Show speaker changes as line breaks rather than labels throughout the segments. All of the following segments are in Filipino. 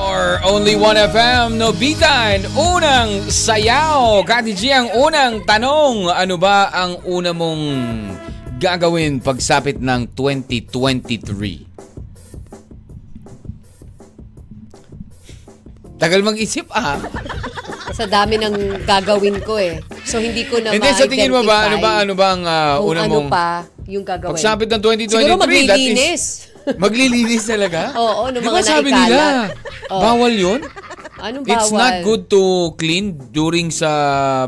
Or Only 1FM, Nobitan, unang sayaw. Kati G, ang unang tanong, ano ba ang una mong gagawin pagsapit ng 2023? Tagal mag-isip ah.
Ano Sa dami ng gagawin ko eh. So hindi ko na
And then sa tingin mo ba, ano ba, ano ba ang ah,
Kung
una mong...
ano pa yung gagawin.
Pagsapit ng 2023, that
Siguro
is-
maglilinis.
Maglilinis talaga?
Oo, nung
Di ba
mga
sabi
naikalat?
nila,
Oo.
bawal yun?
Anong bawal?
It's not good to clean during sa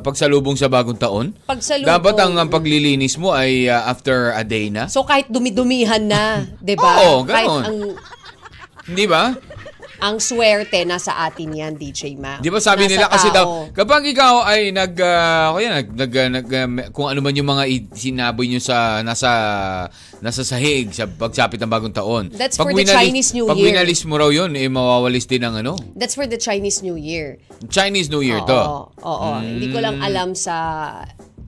pagsalubong sa bagong taon.
Pagsalubong.
Dapat ang, ang paglilinis mo ay uh, after a day na.
So kahit dumidumihan na, 'di ba?
Oo,
kahit
ganon.
ang
Di ba?
ang swerte nasa atin 'yan, DJ Ma.
Di ba sabi nila
Nasa
kasi daw,
tao.
kapag ikaw ay nag, ah, kaya nag, nag, ah, nag, ah, me- kung ano man yung mga i- sinaboy nyo sa, nasa, nasa sahig sa pagsapit ng bagong taon.
That's for the Chinese New
pag
Year.
winalis mo raw yun, eh, mawawalis din ang ano.
That's for the Chinese New Year.
Chinese New Year
oo,
to. Mm.
oo. Hindi ko lang alam sa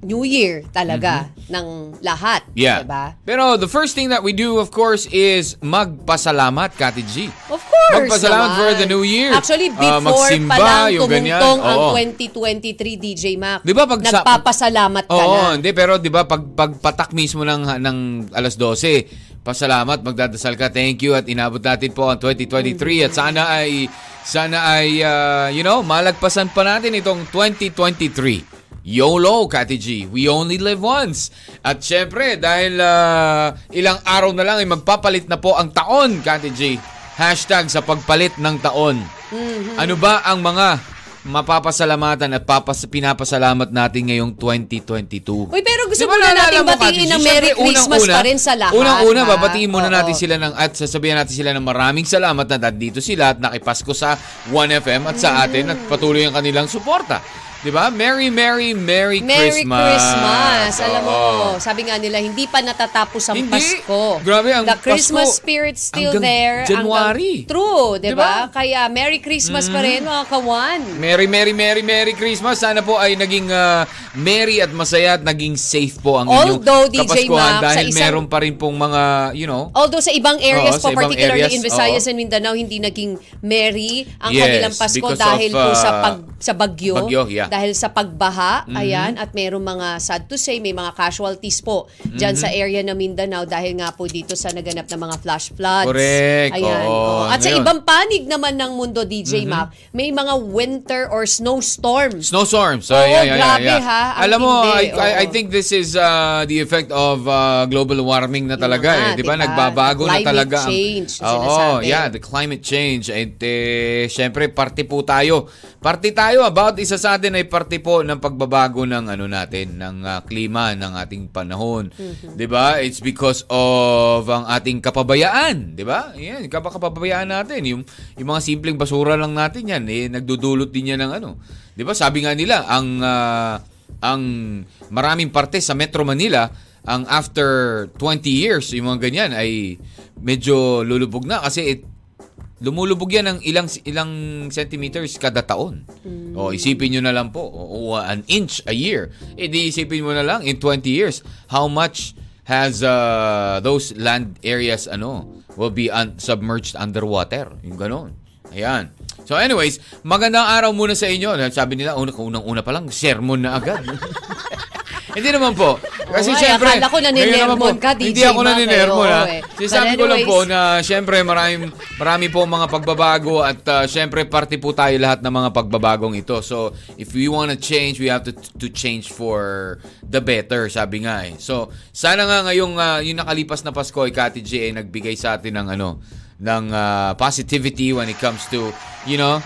New Year talaga ng lahat,
Mm-hmm. Yeah.
'di ba?
Pero the first thing that we do, of course, is magpasalamat, Kati G.
Of course.
Magpasalamat
naman.
for the new year.
Actually,
Ah,
before
magsimba,
pa lang
yung ganyan.
tumungtong ang
Oo.
2023 DJ Mac.
Di ba pag sa-
Nagpapasalamat ka
Oo,
na.
hindi. Pero di ba, pag, pagpatak mismo ng, ng alas 12, pasalamat, magdadasal ka, thank you, at inabot natin po ang 2023. At sana ay, sana ay, ah, you know, malagpasan pa natin itong 2023. YOLO, Kati G. We only live once. At syempre, dahil ah, ilang araw na lang ay magpapalit na po ang taon, Kati G. Hashtag sa pagpalit ng taon. Ano ba ang mga mapapasalamatan at papas, pinapasalamat natin ngayong 2022.
Uy, pero gusto
Di ba
muna
naalala
nating
mo, Kati G?
batiin ng
Siyempre,
Merry Christmas pa rin sa lahat,
Unang-una,
ha?
babatiin muna
Oo.
natin sila ng at sasabihan natin sila ng maraming salamat na dito sila at nakipasko sa 1FM at sa atin at patuloy ang kanilang suporta. Di ba? Merry, Merry, Merry,
Merry
Christmas.
Christmas. Alam mo, oh,
Oo.
sabi nga nila, hindi pa natatapos ang
Hindi.
Pasko.
Grabe, ang
The
Pasko,
Christmas spirit still
hanggang
there.
January. Mm-hmm.
Hanggang, true, di ba?
Diba?
Kaya Merry Christmas pa rin, mga kawan.
Merry, Merry, Merry, Merry Christmas. Sana po ay naging ah, merry at masaya at naging safe po ang inyong
Although, DJ
kapaskuhan
Mac, sa
dahil
isang-
meron pa rin pong mga, you know,
Although sa ibang
Oo,
areas
sa
po,
ibang
particularly
areas,
in Visayas
oo.
and Mindanao, hindi naging merry ang
Yes,
kanilang Pasko
because
dahil
of,
po sa
uh,
pag sa bagyo,
bagyo, yeah. Mm-hmm.
dahil sa pagbaha, ayan, at merong mga sad to say, may mga casualties po diyan
Mm-hmm.
sa area ng Mindanao dahil nga po dito sa naganap na mga flash floods.
Correct,
Ayan.
oo.
oo. At sa
Ngayon- Mm-hmm.
ibang panig naman ng mundo DJ Map, may mga winter or snowstorm.
Snowstorms.
Oo,
Ay, ay, ay,
grabe,
ay, ay.
ha? Ang
Alam mo, I,
tindi,
I, I
oo.
think this is uh, the effect of uh, global warming na talaga.
Yun nga,
eh. Di ba?
diba?
Nagbabago na
Climate
talaga. ang-
change na
Oo,
sinasabi.
yeah. The climate change. At eh, syempre, parte po tayo. Parte tayo. About isa sa atin ay parte po ng pagbabago ng ano natin, ng ah, klima, ng ating panahon.
Mm-hmm.
Di ba? It's because of ang ating kapabayaan. Di ba? Yan, kap- kapabayaan natin. Yung, yung mga simpleng basura lang natin yan, eh, nagdudulot din yan ng ano. Di ba? Sabi nga nila, ang... ah, ang maraming parte sa Metro Manila, ang after 20 years, yung mga ganyan ay medyo lulubog na kasi it, lumulubog yan ng ilang ilang centimeters kada taon.
Hmm.
O isipin nyo na lang po, o, o, an inch a year. E di isipin mo na lang in 20 years how much has uh, those land areas ano will be un- submerged underwater. Yung ganon. Ayan. So anyways, magandang araw muna sa inyo. Sabi nila, una, unang-una pa lang, sermon na agad. Hindi naman po. Kasi
Oo, ay,
syempre,
akala ko naninermon
ngayon naman po,
ka, DJ
Hindi ako
Mac, eh.
naninermon
Oo,
ha.
eh.
Sinasabi
But
ko lang po
anyways,
na ah, syempre maraming marami po mga pagbabago at uh, syempre parte po tayo lahat ng mga pagbabagong ito. So if we want to change, we have to to change for the better, sabi nga eh. So sana nga ngayong uh, yung nakalipas na Pasko ay Kati J ay ah, nagbigay sa atin ng ano ng uh, positivity when it comes to you know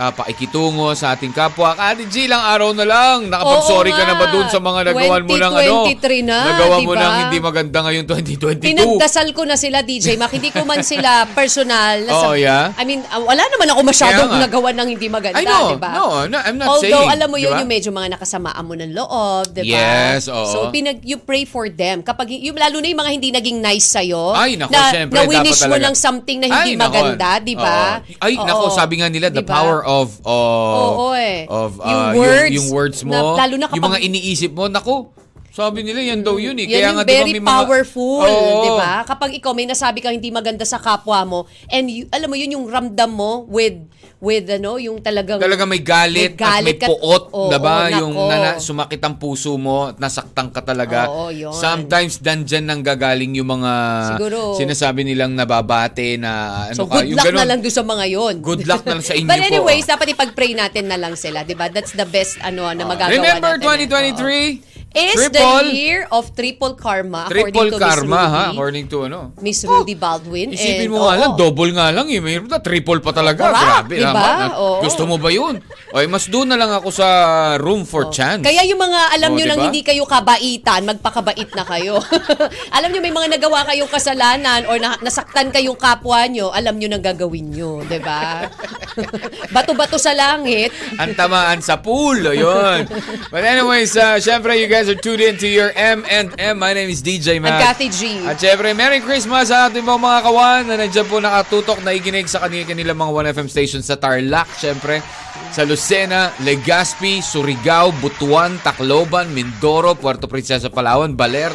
ah, paikitungo sa ating kapwa. Ate G, lang araw na lang. Nakapag-sorry
Oo
ka na ba
nga.
dun sa mga nagawan mo ng ano?
2023 na,
Nagawa mo
diba?
ng hindi maganda ngayon 2022.
Pinagdasal ko na sila, DJ Mac. Hindi ko man sila personal. na
Oo,
sab-
Oh, yeah.
I mean, uh, wala naman ako masyadong
Kaya nga.
nagawa ng hindi
I
maganda,
know.
di ba?
No, no, I'm not
Although,
saying.
alam mo
di
yun,
ba?
yung medyo mga nakasamaan mo ng loob, di ba?
Yes, oo.
So, pinag, you pray for them. Kapag, y- yung, lalo na yung mga hindi naging nice sa'yo,
Ay, nako,
Oh, na,
syempre,
na
dapat
winish mo
talaga.
ng something na hindi
Ay, nako.
maganda, di ba?
Oo. Ay,
Oo.
nako, sabi nga nila, the
Di ba?
power of, of,
Oo, eh.
of
Yung
ah,
words
yung, words mo,
na- lalo na
yung
kapag-
mga iniisip mo, nako, sabi nila, yan daw yun eh.
Yan
Kaya
yung
nga, di ba,
very
may mga-
powerful,
Oo.
di ba? Kapag ikaw may nasabi kang hindi maganda sa kapwa mo, and you- alam mo yun yung ramdam mo with, with ano, yung talagang...
Talaga may galit,
May galit
at may
ka-
puot,
Oo,
di ba?
nako.
Yung nana, sumakit ang puso mo at nasaktan ka talaga.
Oo, yun.
Sometimes, dandyan nang gagaling yung mga
Siguro.
sinasabi nilang nababate na ano
So
ka.
good
yung
luck
ganun.
na lang doon sa mga yon.
Good luck na lang sa inyo
But
po.
anyways, dapat ipag-pray natin na lang sila, 'di ba? That's the best ano na magagawa
Ah. Remember
natin.
2023?
Is
Triple-
the year of triple karma
Triple
according to
karma, ha?
Miss Rudy.
According to ano?
Miss Rudy Baldwin.
Isipin
and-
mo nga
oo.
lang, double nga lang eh. Mayroon na, triple pa talaga.
Correct,
Grabe
diba?
naman.
Oo.
Gusto mo ba yun? Oy, mas doon na lang ako sa room for chance.
Kaya yung mga alam
Oo,
nyo nang
Ano? diba?
hindi kayo kabaitan, magpakabait na kayo. alam nyo may mga nagawa kayong kasalanan or na- nasaktan kayong kapwa nyo, alam nyo nang gagawin nyo, di ba? Bato-bato sa langit.
ang tamaan sa pool. O, Yun. But anyways, uh, syempre, you guys are tuned in to your M&M. My name is DJ Mac.
At Kathy G.
At syempre, Merry Christmas sa ating mga mga kawan na nandyan po nakatutok, naikinig sa kanil-kanilang mga 1FM stations sa Tarlac, syempre, sa Lucena, Legazpi, Surigao, Butuan, Tacloban, Mindoro, Puerto Princesa, Palawan, Baler.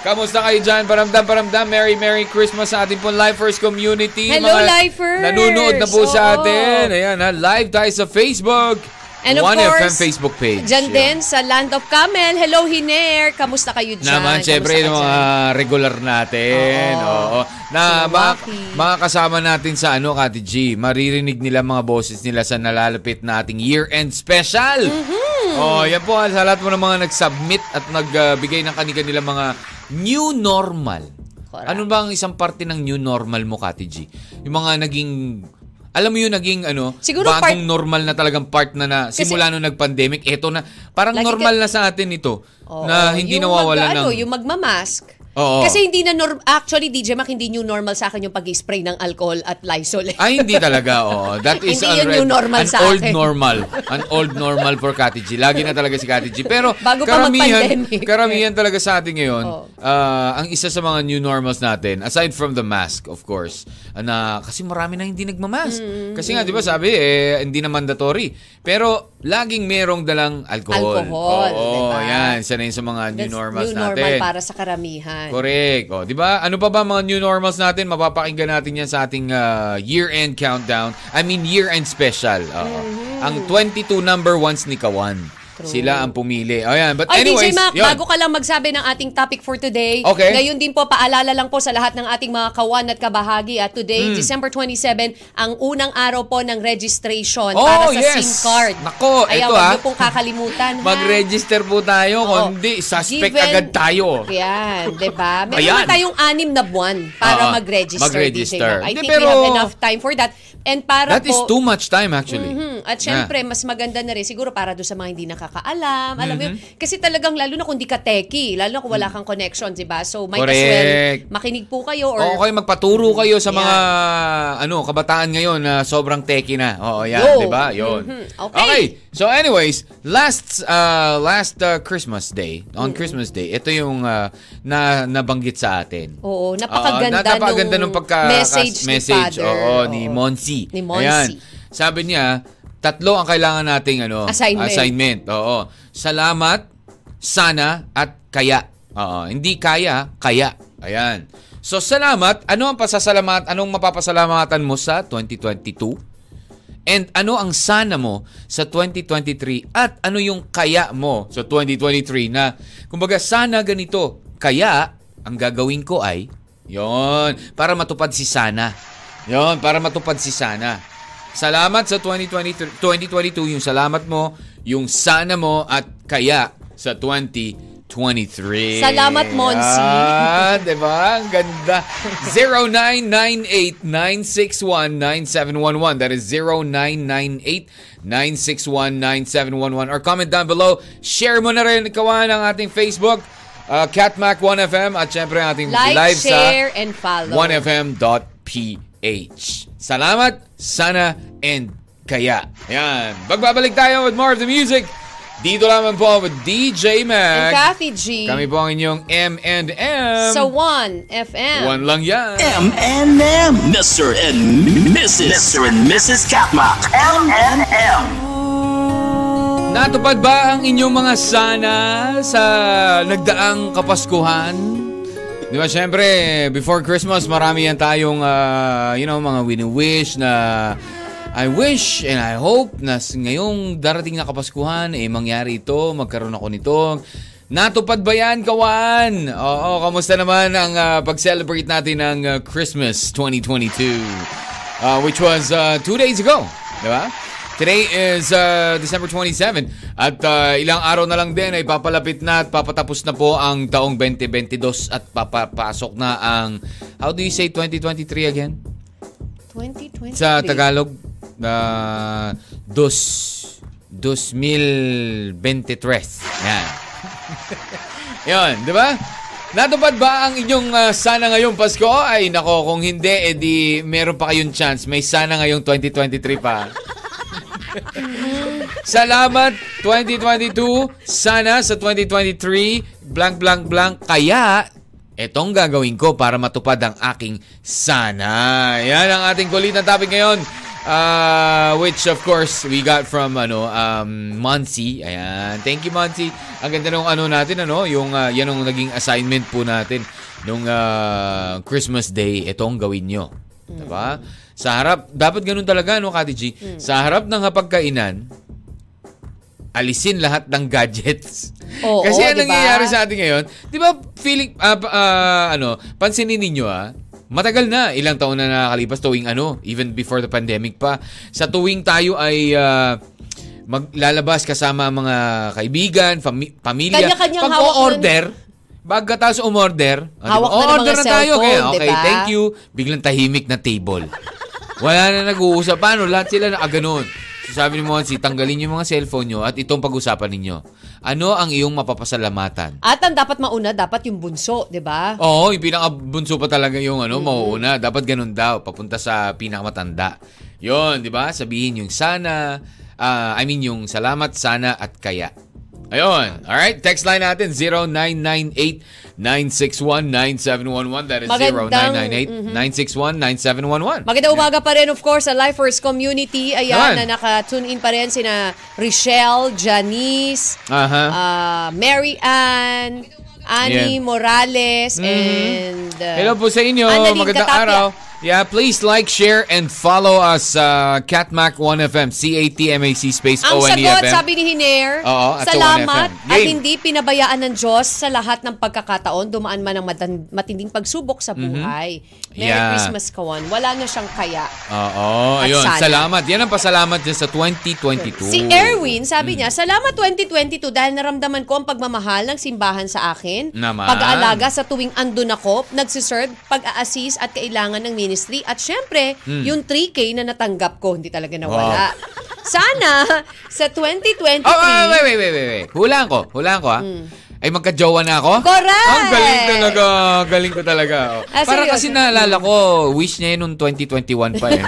Kamusta kayo dyan? Paramdam, paramdam. Merry, Merry Christmas sa ating po Lifers Community.
Hello, Lifers!
Nanunood na po sa
Oo.
atin. Ayan ha, live tayo sa Facebook.
And of
1FM
course,
Facebook page.
Diyan
Yeah.
din sa Land of Camel. Hello, Hiner. Kamusta kayo dyan?
Naman, syempre,
Kamusta ka
yung mga regular natin. Oo.
Oo.
Na mga,
Sa Milwaukee.
mga kasama natin sa ano, Kati G, maririnig nila mga boses nila sa nalalapit nating year-end special.
Mm-hmm.
Oh, yan po sa lahat po ng mga nag-submit at nagbigay ng kanika nila mga new normal.
Correct.
Ano ba ang isang parte ng new normal mo, Kati G? Yung mga naging alam mo yun, naging ano,
Siguro
bagong
part-
normal na talagang part na na simula nung nag-pandemic, eto na, parang
Lagi ka-
normal na sa atin ito,
Oo.
na hindi
Yung
nawawala
mag,
ng...
Ano, yung magmamask.
Oo.
Kasi hindi na norm- actually DJ Mac hindi new normal sa akin yung pag-spray ng alcohol at Lysol. eh.
Ay, hindi talaga, oo. That is
Hindi yun
already
new normal
an
sa
old
akin.
normal. An old normal for Kati G. Lagi na talaga si Kati G. Pero
Bago pa
karamihan,
mag-pandemic.
karamihan talaga sa atin ngayon,
Oo.
ah, ang isa sa mga new normals natin, aside from the mask, of course, na kasi marami na hindi nagmamask.
Mm-hmm.
Kasi nga, di ba sabi, eh, hindi na mandatory. Pero laging merong dalang alcohol.
Alcohol,
Oo,
diba?
yan. Isa na yun sa mga new
That's
normals
new
natin.
normal para sa karamihan.
Correct. O, di ba? Ano pa ba mga new normals natin? Mapapakinggan natin yan sa ating ah, year-end countdown. I mean, year-end special. Oo.
Mm-hmm.
Ang 22 number ones ni Kawan. Sila ang pumili. O yan. But
Ay,
anyways,
DJ Mac,
yun.
bago ka lang magsabi ng ating topic for today,
Okay.
ngayon din po, paalala lang po sa lahat ng ating mga kawan at kabahagi. At
Hmm.
today, December 27, ang unang araw po ng registration
Oh,
para sa
yes.
SIM card.
Nako, eto,
Ayan, wag
ah.
niyo pong kakalimutan. ha?
Mag-register po tayo.
Oo.
Kundi, suspect
Given-
agad tayo.
Yan, di ba? Meron
Ayan.
na tayong anim na buwan
Oo,
para mag-register.
mag-register.
DJ Mac. I
Hindi,
think
pero-
we have enough time for that. And para
That
po...
is too much time actually.
Mhm.
Na.
At syempre, mas maganda na rin siguro para doon sa mga hindi nakakaalam. Alam mo yun?
Mm-hmm.
Kasi talagang lalo na kung di ka teki, lalo na kung wala kang connection, di ba? So, might as well
Mm. Correct.
makinig po kayo or Hmm,
Oo, kayo magpaturo kayo sa mga ano kabataan ngayon na sobrang techy na. Oo, yan,
Yo.
'di ba? 'Yon.
Mhm. Okay.
So anyways, last uh, last uh, Christmas Day, on
Hmm.
Christmas Day, ito yung uh, na nabanggit sa atin.
Oo,
Oo,
napakaganda
Ah, napakaganda
nung
nung pagka
message ni
message
Father.
oo, ni
Oo.
Monsi.
Ni Monsi.
Sabi niya, tatlo ang kailangan nating ano,
Assignment.
assignment. Oo. Salamat, sana at kaya. Oo, hindi kaya, kaya. Ayan. So salamat, ano ang pasasalamat, anong mapapasalamatan mo sa 2022? And ano ang sana mo sa 2023 at ano yung kaya mo sa 2023 na kumbaga sana ganito kaya ang gagawin ko ay yon para matupad si sana. Yon para matupad si sana. Salamat sa 2023 2022 yung salamat mo, yung sana mo at kaya sa 2023. 23.
Salamat, Monsi.
Ah, di ba? Ang ganda. 0998-961-9711. That is 0998-961-9711. Or comment down below. Share mo na rin, kawan, ang ating Facebook, uh, CatMac1FM, at syempre ang ating
Like,
live
share,
sa
and follow.
1fm.ph. Salamat, sana, and kaya. Yan. Magbabalik tayo with more of the music. Dito lamang po with DJ
And
Mac.
Kathy G.
Kami po ang inyong M&M.
sa 1FM.
One lang yan.
M and M. Mr. and Mrs. Mr. and Mrs. Katmak.
M and M.
Natupad ba ang inyong mga sana sa nagdaang kapaskuhan? Di ba, syempre, before Christmas, marami yan tayong, ah, you know, mga wini-wish na I wish and I hope na s- ngayong darating na kapaskuhan, eh, mangyari ito, magkaroon ako nito. Natupad ba yan, kawan? Oo, kamusta naman ang ah, pag-celebrate natin ng ah, Christmas 2022? uh, which was uh, two days ago. Di ba? Today is uh, December 27 at uh, ilang araw na lang din ay papalapit na at papatapos na po ang taong 2022 at papapasok na ang how do you say 2023 again
2023.
sa Tagalog uh, dos 2023 yan yun di ba Natupad ba ang inyong ah, sana ngayong Pasko? Ay nako, kung hindi, edi meron pa kayong chance. May sana ngayong 2023 pa. Salamat 2022. Sana sa 2023, blank, blank, blank. Kaya, etong gagawin ko para matupad ang aking sana. Yan ang ating kulit na topic ngayon. Uh, which of course we got from ano um Monsi. Ayan. Thank you Monsi. Ang ganda nung ano natin ano, yung ah, yan ang naging assignment po natin nung ah, Christmas Day. Etong gawin nyo. Diba? Sa harap, dapat ganun talaga, no, Kati G? Sa harap ng hapagkainan, alisin lahat ng gadgets.
Oo,
Kasi ang
diba?
nangyayari sa atin ngayon, di ba, feeling, ah, pa- ah, ano, pansinin ninyo ah, matagal na, ilang taon na nakakalipas tuwing ano, even before the pandemic pa, sa tuwing tayo ay ah, maglalabas kasama ang mga kaibigan, fami- pamilya.
Kanya-kanyang
Pag
hawak
o-order, pagkatapos umorder, ah, di ba,
Hawak na ng mga
o-order tayo.
cellphone,
Kaya,
di
okay,
ba?
thank you. Biglang tahimik na table. Wala na nag-uusap. Paano? Lahat sila nakaganon. So sabi ni Monsi, tanggalin yung mga cellphone nyo at itong pag-usapan ninyo. Ano ang iyong mapapasalamatan?
At ang dapat mauna, dapat yung bunso, di ba?
Oo, yung pinakabunso pa talaga yung ano, mauuna. Dapat ganun daw, papunta sa pinakamatanda. Yun, di ba? Sabihin yung sana, ah, I mean yung salamat, sana at kaya. Ayun. Alright, text line natin 0998-961-9711. That is
Magandang-
0998-961-9711.
Magandang umaga pa rin, of course, sa Lifers Community. Ayan,
Naman.
na naka-tune in pa rin sina Richelle, Janice,
Aha.
ah, Mary Ann, Annie
Ayan. Mm-hmm.
Morales, and... ah,
Hello po sa inyo.
Annalyn
Magandang
Katapia.
araw. Yeah, please like, share, and follow us uh, sa CatMac1FM. C-A-T-M-A-C space
Ang
O-N-E-F-M.
sagot, sabi ni Hiner,
E Oo, at sa
salamat
1FM.
at
Game.
hindi pinabayaan ng Diyos sa lahat ng pagkakataon, dumaan man ang matan- matinding pagsubok
Mm-hmm.
sa buhay. Merry
Yeah.
Christmas, Kawan. Wala na siyang kaya.
Oo,
At
ayun.
sana.
Salamat. Yan ang pasalamat dyan sa 2022.
Si Erwin,
Mm.
sabi niya, salamat 2022 dahil naramdaman ko ang pagmamahal ng simbahan sa akin.
Naman.
Pag-aalaga sa tuwing andun ako, nagsiserve, pag-a-assist at kailangan ng ministry. At syempre,
Hmm.
yung 3K na natanggap ko, hindi talaga nawala. Sana sa 2023...
Oh, oh, wait, wait, wait, wait, wait. Hulaan ko. Hulaan ko, ha? Ay, magka-jowa na ako?
Hmm. Correct!
Ang galing talaga. Galing ko talaga. Oh.
Ah,
Para
seryoso.
kasi naalala ko, wish niya yun noong 2021 pa eh.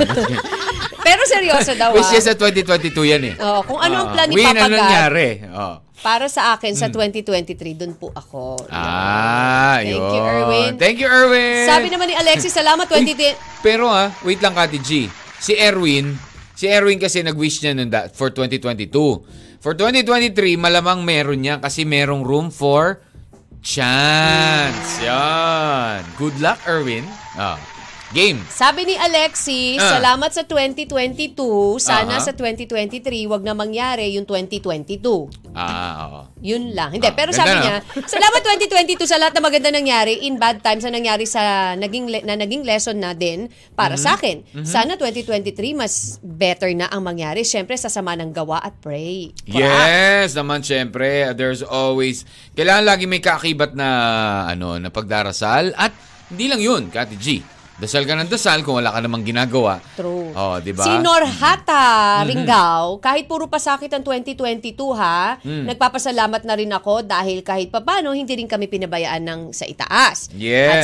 Pero seryoso daw
wish
ah.
niya sa 2022 yan eh.
Oo, kung ano ang
Ah,
plan ni
Win,
Papa
ano
God,
nangyari? Oh.
para sa akin sa 2023, doon po ako.
Ah,
Thank
yun.
you, Erwin.
Thank you, Erwin.
Sabi naman ni Alexis, salamat 20...
Pero ah, wait lang, Kati G. Si Erwin, si Erwin kasi nag-wish niya nun da- for 2022. For 2023, malamang meron niya kasi merong room for chance. Yan. Good luck, Erwin. Ah. Game.
Sabi ni Alexis,
Ah.
salamat sa 2022.
Aha.
Sana sa 2023, wag na mangyari yung 2022.
Ah, oo.
Yun lang. Hindi,
Ah,
pero
ganda
sabi
na.
niya, salamat 2022 sa lahat na maganda nangyari in bad times na nangyari sa naging le- na naging lesson na din para
Mm-hmm.
sa akin. Sana 2023 mas better na ang mangyari. Siyempre, sa sama ng gawa at pray. Correct.
Yes, naman syempre, there's always kailangan lagi may kaakibat na ano, na pagdarasal at hindi lang 'yun, Kati G. Dasal ka ng dasal kung wala ka namang ginagawa.
True.
Oh, 'di ba? Mm-hmm.
Si Norhata Ringgao, kahit puro pasakit ang 2022 ha,
Mm.
nagpapasalamat na rin ako dahil kahit papano, hindi rin kami pinabayaan ng sa itaas. At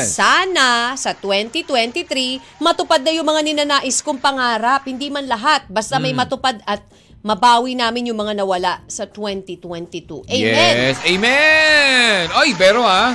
Yes.
sana sa 2023, matupad na yung mga ninanais kong pangarap. Hindi man lahat,
Mm.
basta may matupad at mabawi namin yung mga nawala sa 2022. Amen!
Yes. Amen. Oy, pero ha,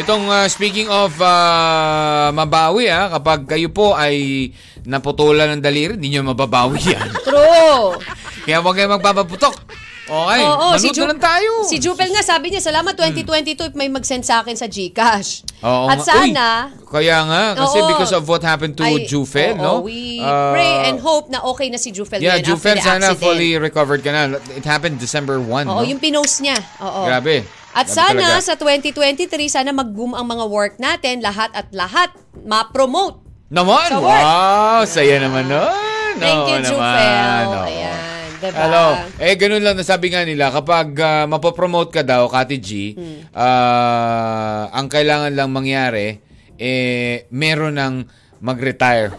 itong uh, speaking of uh, mabawi ha, kapag kayo po ay naputulan ng daliri, hindi nyo mababawi yan.
True!
Kaya huwag kayo magpapaputok. Okay,
Oo,
manood
si Ju-
na lang tayo. Mm.
Si Jupel nga sabi niya, salamat 2022 if may mag-send sa akin sa GCash.
Oo
At
nga.
sana,
Uy, kaya nga, kasi
Oo.
because of what happened to
ay-
Jufel,
oo,
no?
We
Ah,
pray and hope na okay na si Jufel
Yeah,
ngayon after
Jufel,
the
sana
accident.
fully recovered ka na. It happened December 1,
Oo,
no?
yung pinost niya. Oo.
Grabe. Grabe
At sana
talaga.
sa 2023, sana mag-boom ang mga work natin, lahat at lahat, ma-promote.
Naman!
Sa work.
wow! Saya naman nun!
Thank you,
Oo
Jufel.
oo.
Ayan, diba?
Hello. Eh, ganun lang nasabi nga nila, kapag ah, mapopromote ka daw, Kati G,
Hmm.
ah, ang kailangan lang mangyari, eh, meron ng mag-retire.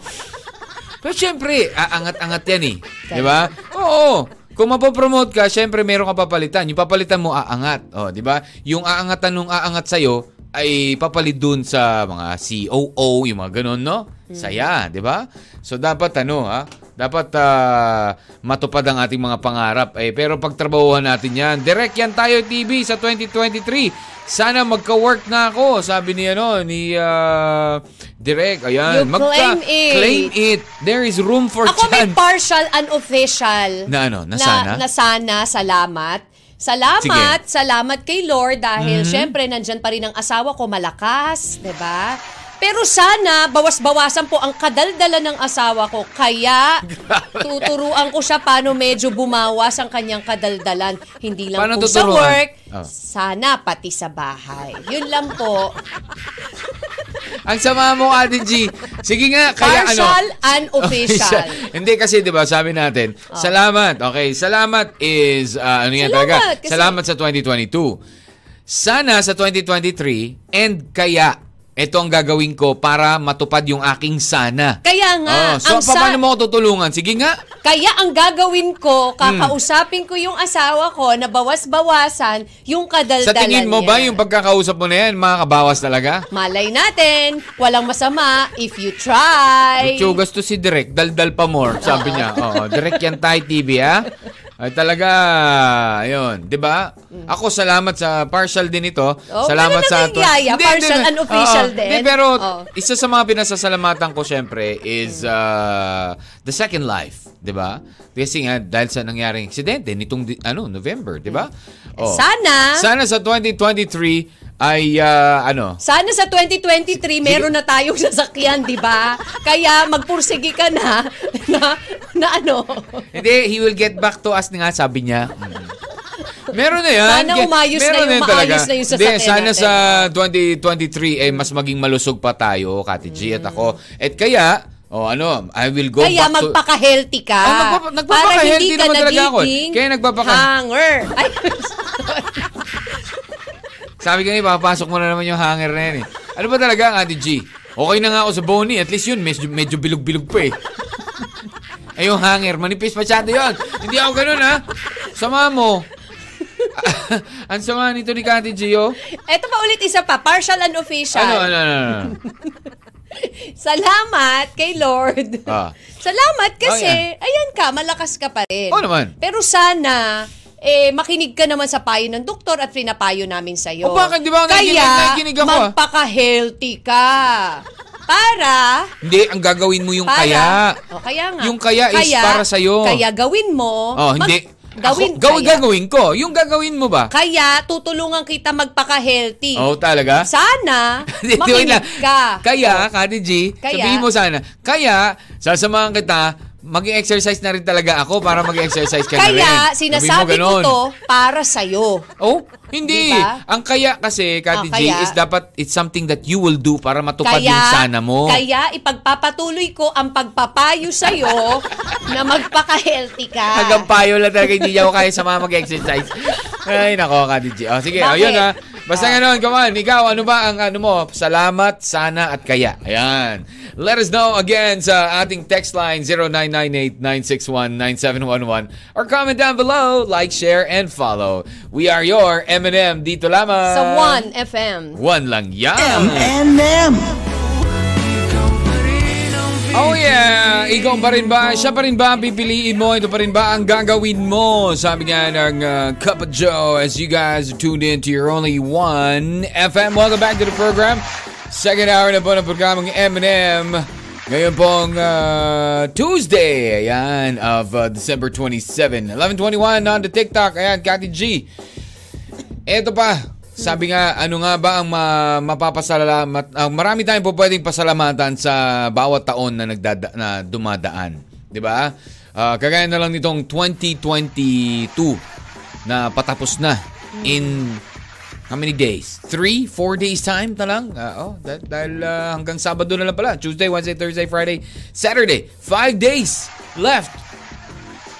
Pero syempre, aangat-angat yan eh. Di ba? Oo. Kung mapopromote ka, syempre meron ka papalitan. Yung papalitan mo, aangat. O, di ba? Yung aangatan nung aangat sa'yo, ay papalit dun sa mga COO, yung mga ganun, no?
Hmm.
Saya, di ba? So, dapat ano, ha? Dapat ah, matupad ang ating mga pangarap. Eh, pero pagtrabahuhan natin yan. Direct yan tayo, TV, sa 2023. Sana magka-work na ako, sabi ni, ano, ni ah, Direk. Ayan,
You claim it.
Claim it. There is room for
Ako may
chance.
partial unofficial.
Na ano, na sana?
Na, sana, salamat. Salamat, salamat kay Lord dahil
Mm-hmm.
syempre nandyan pa rin ang asawa ko malakas, 'di ba? Pero sana bawas-bawasan po ang kadaldala ng asawa ko kaya tuturuan ko siya paano medyo bumawas ang kanyang kadaldalan. Hindi lang
Paano
po sa
tuturuan?
work,
Oh.
sana pati sa bahay. Yun lang po.
Ang sama mo, Ate G. Sige nga, kaya ano.
Partial unofficial.
Hindi kasi, di ba, sabi natin,
Oh.
salamat. Okay, salamat is, ah, ano yan
Salamat,
talaga?
kasi-
Salamat sa 2022. Sana sa 2023, and kaya, ito ang gagawin ko para matupad yung aking sana.
Kaya nga,
Oh, so,
ang sa-
paano mo ako tutulungan? Sige nga.
Kaya ang gagawin ko, kakausapin ko yung asawa ko na bawas-bawasan yung kadaldalan
Sa tingin mo
niya.
ba yung pagkakausap mo na yan, makakabawas talaga?
Malay natin, walang masama if you try.
Lucho, gusto si Direk. Daldal pa more, sabi niya. Oo, Direk yan tayo, TV, ha? Ay, talaga, ayun, di ba? Ako, salamat sa partial din ito.
Mm. Oh,
salamat
pero
sa...
nangyayaya,
Hindi, hindi,
partial
hindi.
unofficial
Oo,
din.
hindi, pero
Oh. Mm.
isa sa mga pinasasalamatan ko, syempre, is uh, the second life, di ba? Kasi nga, dahil sa nangyaring aksidente nitong, di- ano, November, di ba? Oo.
Mm. Sana-
Sana sa 2023 ay, ah, ano,
Sana sa 2023 meron na tayong sasakyan, di ba? Kaya magpursigi ka na na, na ano.
Hindi, he will get back to us nga, sabi niya. Mm. Meron na yan.
Sana umayos na
Meron
yung-
yan talaga.
maayos na yung
Hindi,
sasakyan
sana
natin.
sa 2023, eh, mas maging malusog pa tayo, Kati G at ako. At kaya, oh ano, I will go
Mm. Kaya
back to...
magpaka-healthy ka.
Ah, nagpapa- nagpapaka-healthy
para hindi ka
naman talaga ako eh.
nagiging
Kaya nagpapaka-
Hanger. Ay,
Sabi ko nga, papasok mo na naman yung hanger na yan eh. Ano ba talaga, Kati G? Okay na nga ako sa bony. At least yun, medyo, medyo bilog-bilog pa eh. Ay, yung hanger, manipis masyado yun. Hindi ako ganun, ha? Sama mo. Ang sama nito ni Kati G, oh.
eto pa ulit isa pa, partial and official.
Ano, ano, ano, ano?
Salamat kay Lord.
Ah.
Salamat kasi,
Oh,
ayan ka, malakas ka pa rin.
Oo naman.
Pero sana, eh, makinig ka naman sa payo ng doktor at pinapayo namin
O Oh,
sa'yo.
bakit? Di ba nakikinig-
Kaya,
nakikinig ako, ah.
magpaka-healthy ka. Para,
Hindi, ang gagawin mo yung
para,
kaya.
O, kaya nga.
Yung kaya is para sa'yo.
Kaya gawin mo,
Oh, hindi.
Gawin
Gaw-
kaya.
gagawin ko. Yung gagawin mo ba?
Kaya tutulungan kita magpaka-healthy.
Oh, talaga?
Sana
Hindi, wait lang.
makinig ka.
Kaya, Kati G,
Kaya-
sabihin mo sana, kaya, sasamahan kita, mag-exercise na rin talaga ako para mag-exercise ka na rin.
Kaya
Sabihin mo
sinasabi ko
ganun.
to para sa'yo.
Oh, hindi.
Di ba?
Ang kaya kasi, Kati
Ah, kaya.
G, is dapat it's something that you will do para matupad
Kaya,
yung sana mo.
kaya ipagpapatuloy ko ang pagpapayo sa'yo na magpaka-healthy ka.
Hanggang payo lang talaga, hindi niya ako kaya sa mga mag-exercise. Ay, nako, Kati G. Oh, sige,
Bakit?
ayun ha. Basta
Ah.
ganun, come on. Ikaw, ano ba ang ano mo? Salamat, sana, at kaya. Ayan. Let us know again sa ating text line 0998-961-9711 or comment down below, like, share, and follow. We are your M&M dito lamang.
Sa 1FM.
One lang yan.
M&M.
Oh yeah! Ikaw pa rin ba? Siya pa rin ba ang pipiliin mo? Ito pa rin ba ang gagawin mo? Sabi nga ng uh, Cup of Joe as you guys are tuned in to your only one FM. Welcome back to the program. Second hour na po ng programang M&M. Ngayon pong uh, Tuesday, ayan, of uh, December 27. 11.21 on the TikTok. Ayan, Kati G. Eto pa, sabi nga, ano nga ba ang ma- mapapasalamat, ang marami tayong po pwedeng pasalamatan sa bawat taon na, nagdada, na dumadaan. Di ba? Ah, kagaya na lang nitong 2022 na patapos na in how many days? Three? Four days time na lang? Ah, oh, dah- dahil ah, hanggang Sabado na lang pala. Tuesday, Wednesday, Thursday, Friday, Saturday. Five days left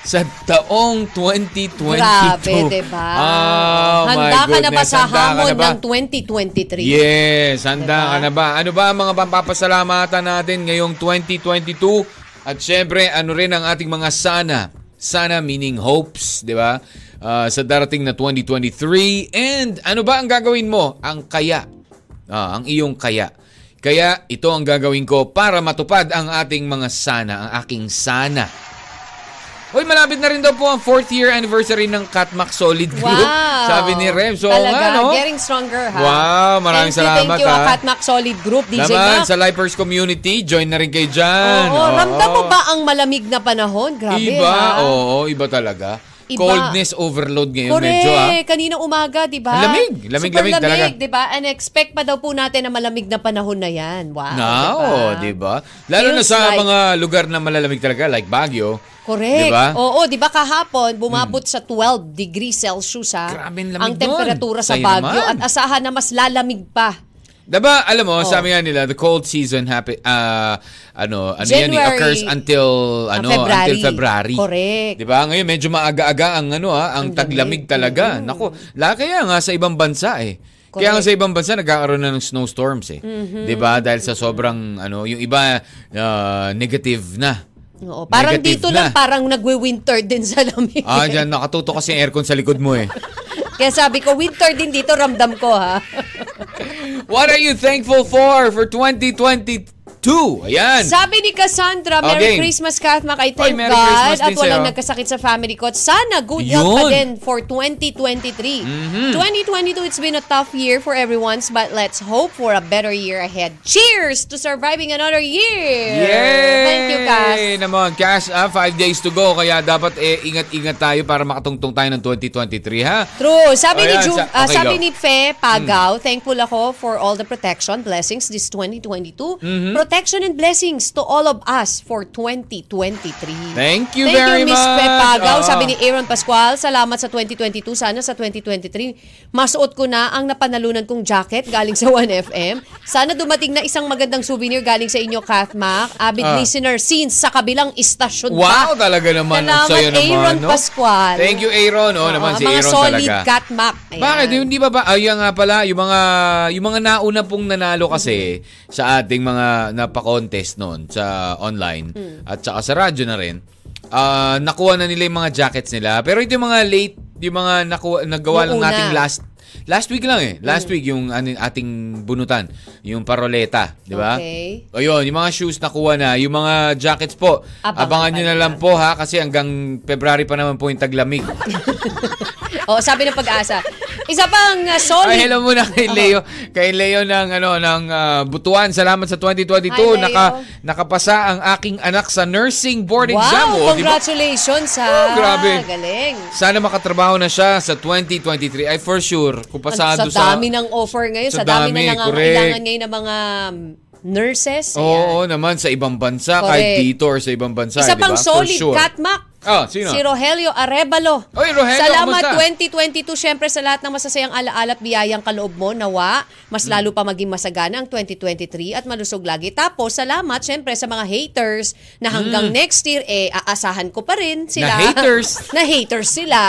sa taong 2022.
Grabe, diba?
Oh, my
Handa ka na ba
goodness.
sa
Handa ka
hamon
na ba?
ng 2023?
Yes, handa ka
Diba?
na ba? Ano ba ang mga pampapasalamatan natin ngayong 2022? At syempre, ano rin ang ating mga sana? Sana meaning hopes, di ba? Ah, sa darating na 2023. And ano ba ang gagawin mo? Ang kaya. Ah, ang iyong kaya. Kaya ito ang gagawin ko para matupad ang ating mga sana, ang aking sana. Hoy, malapit na rin daw po ang fourth year anniversary ng Katmak Solid Group.
Wow.
Sabi ni Rem. So, ano?
Talaga,
nga, no?
getting stronger, ha?
Wow, maraming
thank you,
salamat,
Thank you,
ha?
Akat Mac Solid Group, DJ
Naman,
Mac.
sa Lifers Community, join na rin kayo
Oo,
dyan. Oo.
ramdam mo ba ang malamig na panahon? Grabe,
Iba,
ha?
oo, iba talaga.
Iba.
Coldness overload ngayon
Correct.
medyo ah.
Kanina umaga, di ba?
Ang lamig. Lamig,
Super
lamig
lamig,
talaga.
di ba? And expect pa daw po natin na malamig na panahon na yan. Wow.
Now, di ba? diba? Lalo na
Ah, diba? Feels
sa
like-
mga lugar na malalamig talaga like Baguio. diba? Di
Correct.
ba? Hmm.
Oo, di ba kahapon, bumabot sa 12 degrees Celsius ha?
Grabe ang lamig
ang
nun.
temperatura
Sa'yo
sa Baguio
naman.
at asahan na mas lalamig pa.
Diba, alam mo,
Oh.
sabi nga nila, the cold season happen, ah, ano, ano yan, eh,
January. ah,
occurs until, ano,
February.
until February.
Correct.
Diba, ngayon medyo maaga-aga ang, ano, ah, ang
Ang
taglamig
lamig.
talaga. Nako, la, kaya nga sa ibang bansa eh. Kaya nga
Correct. Mm-hmm.
sa ibang bansa nagkakaroon na ng snowstorms eh. 'Di ba? Dahil sa sobrang ano, yung iba ah, negative na.
Oo, parang
Negative
dito
na.
lang parang nagwe-winter din sa lamig.
Ah, diyan nakatutok kasi yung aircon sa likod mo eh.
Kaya sabi ko, winter din dito, ramdam ko ha.
What are you thankful for for 2022? Ayan.
Sabi ni Cassandra, Merry
Again.
Christmas, Kathmak. I
Oy,
thank
Merry
God
Christmas
at
din
walang
sa'yo.
nagkasakit sa family ko. At Sana good health pa
Yun. Mm-hmm.
din for 2023. 2022, it's been a tough year for everyone's but let's hope for a better year ahead. Cheers to surviving another year!
Yay!
Thank you, Cass.
Naman, Cash, ah, five days to go. Kaya dapat eh, ingat-ingat tayo para makatungtong tayo ng 2023, ha?
True.
Oh,
Sabi ni
yan.
Ju-
Sa-
ah,
okay,
sabi
go. Mm.
ni Fe Pagaw, thankful ako for all the protection, blessings this 2022.
Mm-hmm.
Protection and blessings to all of us for 2023.
Thank you
Thank
very
you, Miss
much. Ah.
Fe Pagaw.
Oo.
Sabi ni Aaron Pascual, salamat sa 2022. Sana sa 2023, masuot ko na ang napanalunan kong jacket galing sa 1FM. Sana dumating na isang magandang souvenir galing sa inyo, Kathmak. Avid
Ah.
listener since sa kabilang istasyon
Wow,
pa.
talaga naman. Ang
Diba? Salamat,
saya naman,
Aaron
no?
Pascual.
Thank you, Aaron. Oh,
Oo,
naman, si
mga
Aaron
solid
talaga.
Kathmak. Ayan.
Bakit? Yung di ba ba? Ayun nga pala, yung mga, yung mga nauna pong nanalo kasi sa ating mga napakontest noon sa online
Hmm.
at saka sa radyo na rin, ah, nakuha na nila yung mga jackets nila. Pero ito yung mga late, yung mga nakuha, nagawa
Yung
lang
una. Hmm.
nating last Last week lang eh. Last week yung aning- ating bunutan, yung paroleta, di ba?
Okay.
Ayun, yung mga shoes nakuha na, yung mga jackets po. Abangan,
Abangan pa
nyo na
nila.
lang po ha kasi hanggang February pa naman po yung taglamig.
Oo, sabi ng pag-asa. Isa pang ah, solid.
Ay, hello muna kay Leo. Kay Leo ng, ano, ng ah, Butuan. Salamat sa 2022.
Hi, Leo.
Naka, nakapasa ang aking anak sa nursing board
wow,
exam. o, di ba?
congratulations ha.
Oh, grabe.
Galing.
Sana makatrabaho na siya sa 2023. Ay, for sure. Kung pasado
Ang- Ano, sa dami ng offer ngayon,
Sa
sa, dami,
dami,
na
correct.
nangangailangan ngayon ng mga um, nurses.
Oo, oo naman. Sa ibang bansa. Kahit
Correct.
dito or sa ibang bansa.
Isa
di
pang
ba? For
solid,
sure.
Katmak.
Ah, sino?
Si Rogelio Arevalo.
Oy, Rogelio,
Salamat
kumusta?
2022 syempre sa lahat ng masasayang alaala at biyayang kaloob mo nawa mas lalo pa maging masagana ang 2023 at malusog lagi. Tapos salamat syempre sa mga haters na hanggang next year eh aasahan ko pa rin sila.
Mm. Na haters?
na haters sila.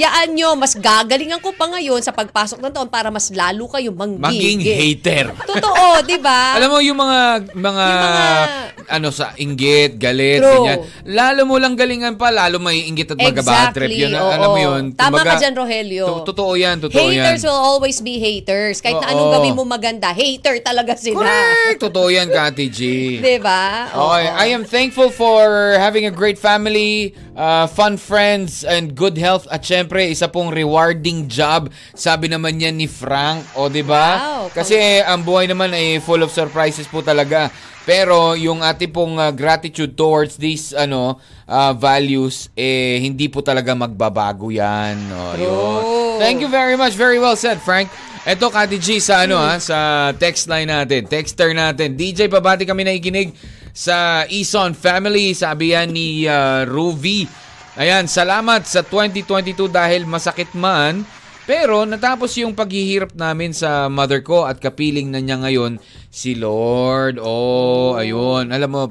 Yaan nyo, mas gagalingan ko pa ngayon sa pagpasok ng taon para mas lalo kayo manggigil.
Maging hater.
Totoo, di ba?
Alam mo yung mga mga,
Ah. Yung mga-
ano sa inggit, galit,
True.
ganyan. Lalo mo lang galingan pa, lalo may inggit at magabad trip. Yun, ah,
oo.
alam mo yun.
Tama
Kumbaga,
ka dyan, Rogelio.
to- totoo yan, totoo yan.
haters will always be haters. Kahit
Oo.
na anong gawin mo maganda, hater talaga sila.
Correct! Totoo yan, Kati G.
Di ba?
Okay, I am thankful for having a great family, uh, fun friends, and good health. At syempre, isa pong rewarding job. Sabi naman yan ni Frank, o di ba?
Wow,
Kasi eh, ang buhay naman ay full of surprises po talaga. Pero yung ating pong uh, gratitude towards these ano uh, values eh hindi po talaga magbabago 'yan. O, yun. Thank you very much. Very well said, Frank. Eto, Kati G, sa ano ha, sa text line natin, texter natin. DJ, pabati kami naikinig sa Eson Family. Sabi yan ni uh, Ruby. Ayan, salamat sa 2022 dahil masakit man, pero natapos yung paghihirap namin sa mother ko at kapiling na niya ngayon si Lord. Oh, ayun. Alam mo,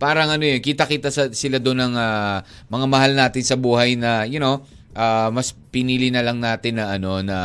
parang ano yun, kita-kita sa, sila doon ng ah, mga mahal natin sa buhay na, you know, ah, mas pinili na lang natin na ano na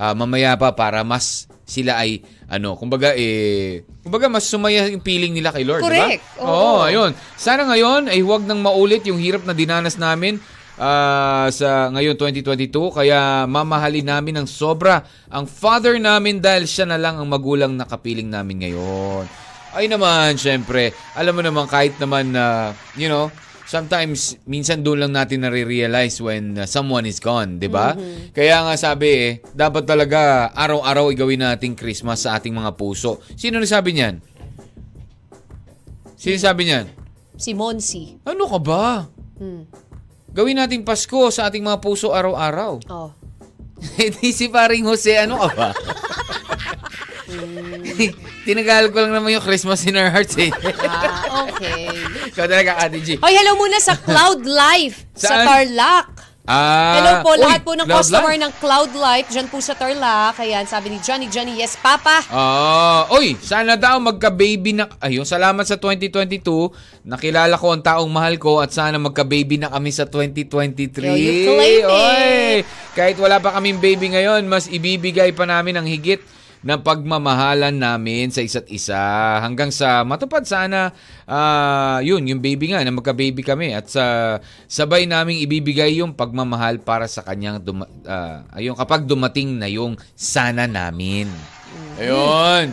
ah, mamaya pa para mas sila ay ano, kumbaga eh kumbaga mas sumaya yung piling nila kay Lord, di ba?
Correct. Oo.
Oo, Oh, ayun. Sana ngayon ay huwag nang maulit yung hirap na dinanas namin ah, sa ngayon 2022 kaya mamahalin namin ng sobra ang father namin dahil siya na lang ang magulang na kapiling namin ngayon. Ay naman, syempre, alam mo naman kahit naman na, you know, sometimes minsan doon lang natin nare-realize when ah, someone is gone, 'di ba? Kaya nga sabi eh, dapat talaga araw-araw igawin nating Christmas sa ating mga puso. Sino nagsabi niyan? Sino sabi niyan?
Si Monsi.
Ano ka ba?
Hmm.
Gawin natin Pasko sa ating mga puso araw-araw.
Oh.
Hindi si paring Jose, ano ka ba? Tinagal ko lang naman yung Christmas in our hearts eh.
Ah, okay.
Ikaw talaga, Ate G.
Hoy, hello muna sa Cloud Life
Saan?
sa Tarlac.
Ah,
Hello
uy,
po, lahat po ng
Cloud
customer
Life.
ng Cloud Life dyan po sa Tarlac. Ayan, sabi ni Johnny, Johnny, yes, Papa.
Ah, oy, sana daw magka-baby na ayun. Salamat sa 2022. Nakilala ko ang taong mahal ko at sana magka-baby na kami sa 2023.
Yo, you claim it.
Oy, kahit wala pa kaming baby ngayon, mas ibibigay pa namin ang higit ng pagmamahalan namin sa isa't isa hanggang sa matupad sana ah, yun yung baby nga na magka-baby kami at sa sabay naming ibibigay yung pagmamahal para sa kanyang duma- ah, ayun kapag dumating na yung sana namin.
Mm.
Ayun.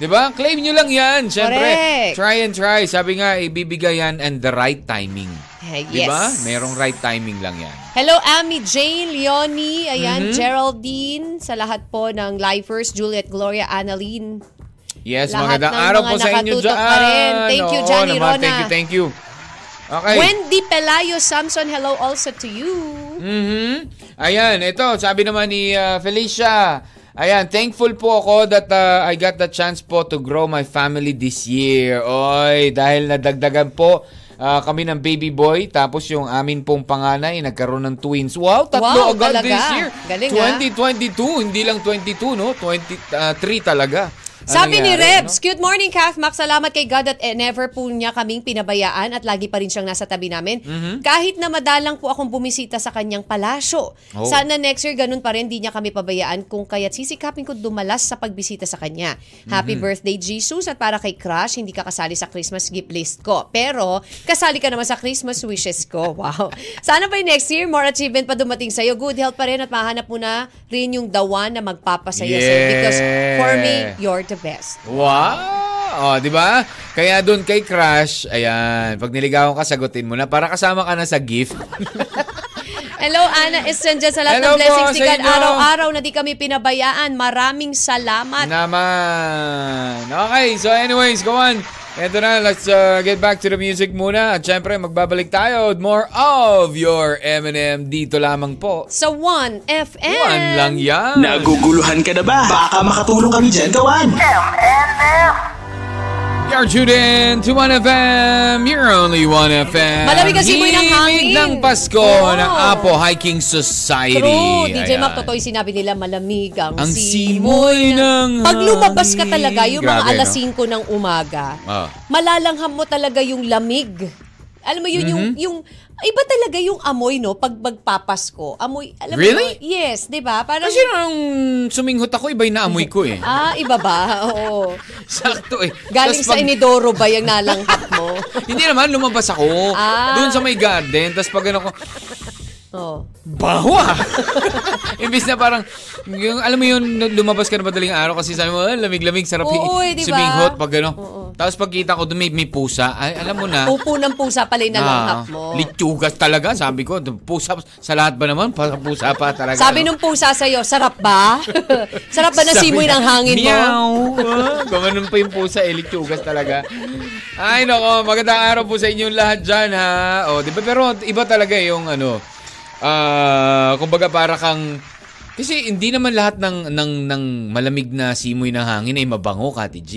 'Di ba? Claim nyo lang 'yan, syempre.
Correct.
Try and try. Sabi nga ibibigay yan and the right timing.
Eh,
'Di ba?
yes.
Merong right timing lang 'yan.
Hello, Ami, Jane, Leonie, ayan, Geraldine, sa lahat po ng lifers, Juliet, Gloria, Annalyn.
Yes,
Lahat
magandang
ng
araw
mga
po sa inyo
nakatutok
dyan.
pa rin. Thank you,
Oo,
Johnny
naman.
Rona.
Thank you, thank you. Okay.
Wendy Pelayo Samson, hello also to you.
Mhm. Ayan, ito, sabi naman ni uh, Felicia. Ayan, thankful po ako that uh, I got the chance po to grow my family this year. Oy, dahil nadagdagan po uh, kami ng baby boy. Tapos yung amin pong panganay, nagkaroon ng twins. Wow, tatlo
Wow,
agad
talaga.
this year.
Galing, ah. ha?
2022, hindi lang 22, no? 23 talaga. Ang
Sabi ni
Ano nangyari, no?
Rebs, good morning, Calf Mac. Salamat kay God at eh, never po niya kaming pinabayaan at lagi pa rin siyang nasa tabi namin.
Mm-hmm.
Kahit na madalang po akong bumisita sa kanyang palasyo.
Oh.
Sana next year ganun pa rin, di niya kami pabayaan kung kaya't sisikapin ko dumalas sa pagbisita sa kanya. Happy
Mm-hmm.
birthday, Jesus. At para kay Crush, hindi ka kasali sa Christmas gift list ko. Pero, kasali ka naman sa Christmas wishes ko. Wow. Sana by next year, more achievement pa dumating sa'yo. Good health pa rin at mahanap mo na rin yung dawan na magpapasaya sa'yo. Because for me,
Yeah.
You're the best.
Wow! O, di ba? Kaya doon kay Crush, ayan, pag niligawan ka, sagutin mo na para kasama ka na sa gift.
Hello, Ana Estrella. Sa lahat
Hello
ng blessings
po
ni
sa
God,
inyo.
araw-araw na di kami pinabayaan. Maraming salamat.
Naman. Okay, so anyways, go on. Ito na, let's uh, get back to the music muna. At syempre, magbabalik tayo with more of your M&M dito lamang po.
Sa 1FM.
One lang yan.
Naguguluhan ka na ba? Baka makatulong kami dyan gawan.
M&M.
You're tuned in to 1FM. You're only 1FM.
Malamig ang simoy ng hangin.
Himig ng Pasko
Oo.
ng Apo Hiking Society.
True,
Ayan.
DJ Mac, totoo yung sinabi nila, malamig ang,
Ang simoy ng
Pag lumabas ka
hangin.
talaga, yung mga
Grabe,
alas
no?
5 ng umaga,
Ah.
malalangham mo talaga yung lamig. Alam mo yun,
Mm-hmm.
yung, yung, iba talaga yung amoy, no? Pag magpapasko. Amoy, alam
Really?
mo yun? Yes, di ba? Parang,
Kasi nung suminghot ako, iba yung naamoy ko eh.
ah, iba ba? Oo.
Sakto eh.
Galing
Tas
sa
pag-
inidoro ba yung nalanghap mo?
Hindi naman, lumabas ako.
Ah.
Doon sa may garden. Tapos pag ano ko,
Oo.
baho ah! Imbis na parang, yung, alam mo yun, lumabas ka na madaling araw kasi sabi mo, "Ah, lamig-lamig, sarap
Oo,
hi-
eh, di ba?
suminghot pag ano.
Oo.
Tapos pagkita ko, dumi, may pusa. Ay, alam mo na.
Upo ng pusa pala yung nalanghap
Ah,
mo.
Litsugas talaga, sabi ko. Pusa, sa lahat ba naman? Para pusa pa talaga.
Sabi
no?
nung pusa sa'yo, sarap ba? sarap ba na
Sabi
simoy
niya,
ng hangin mo?
Meow. Ah, Gumanon pa yung pusa, eh, litsugas talaga. Ay, nako, magandang araw po sa inyong lahat dyan, ha? O, di ba, pero iba talaga yung ano, ah, kumbaga para kang, kasi hindi naman lahat ng, ng, ng malamig na simoy ng hangin ay mabango, Kati G.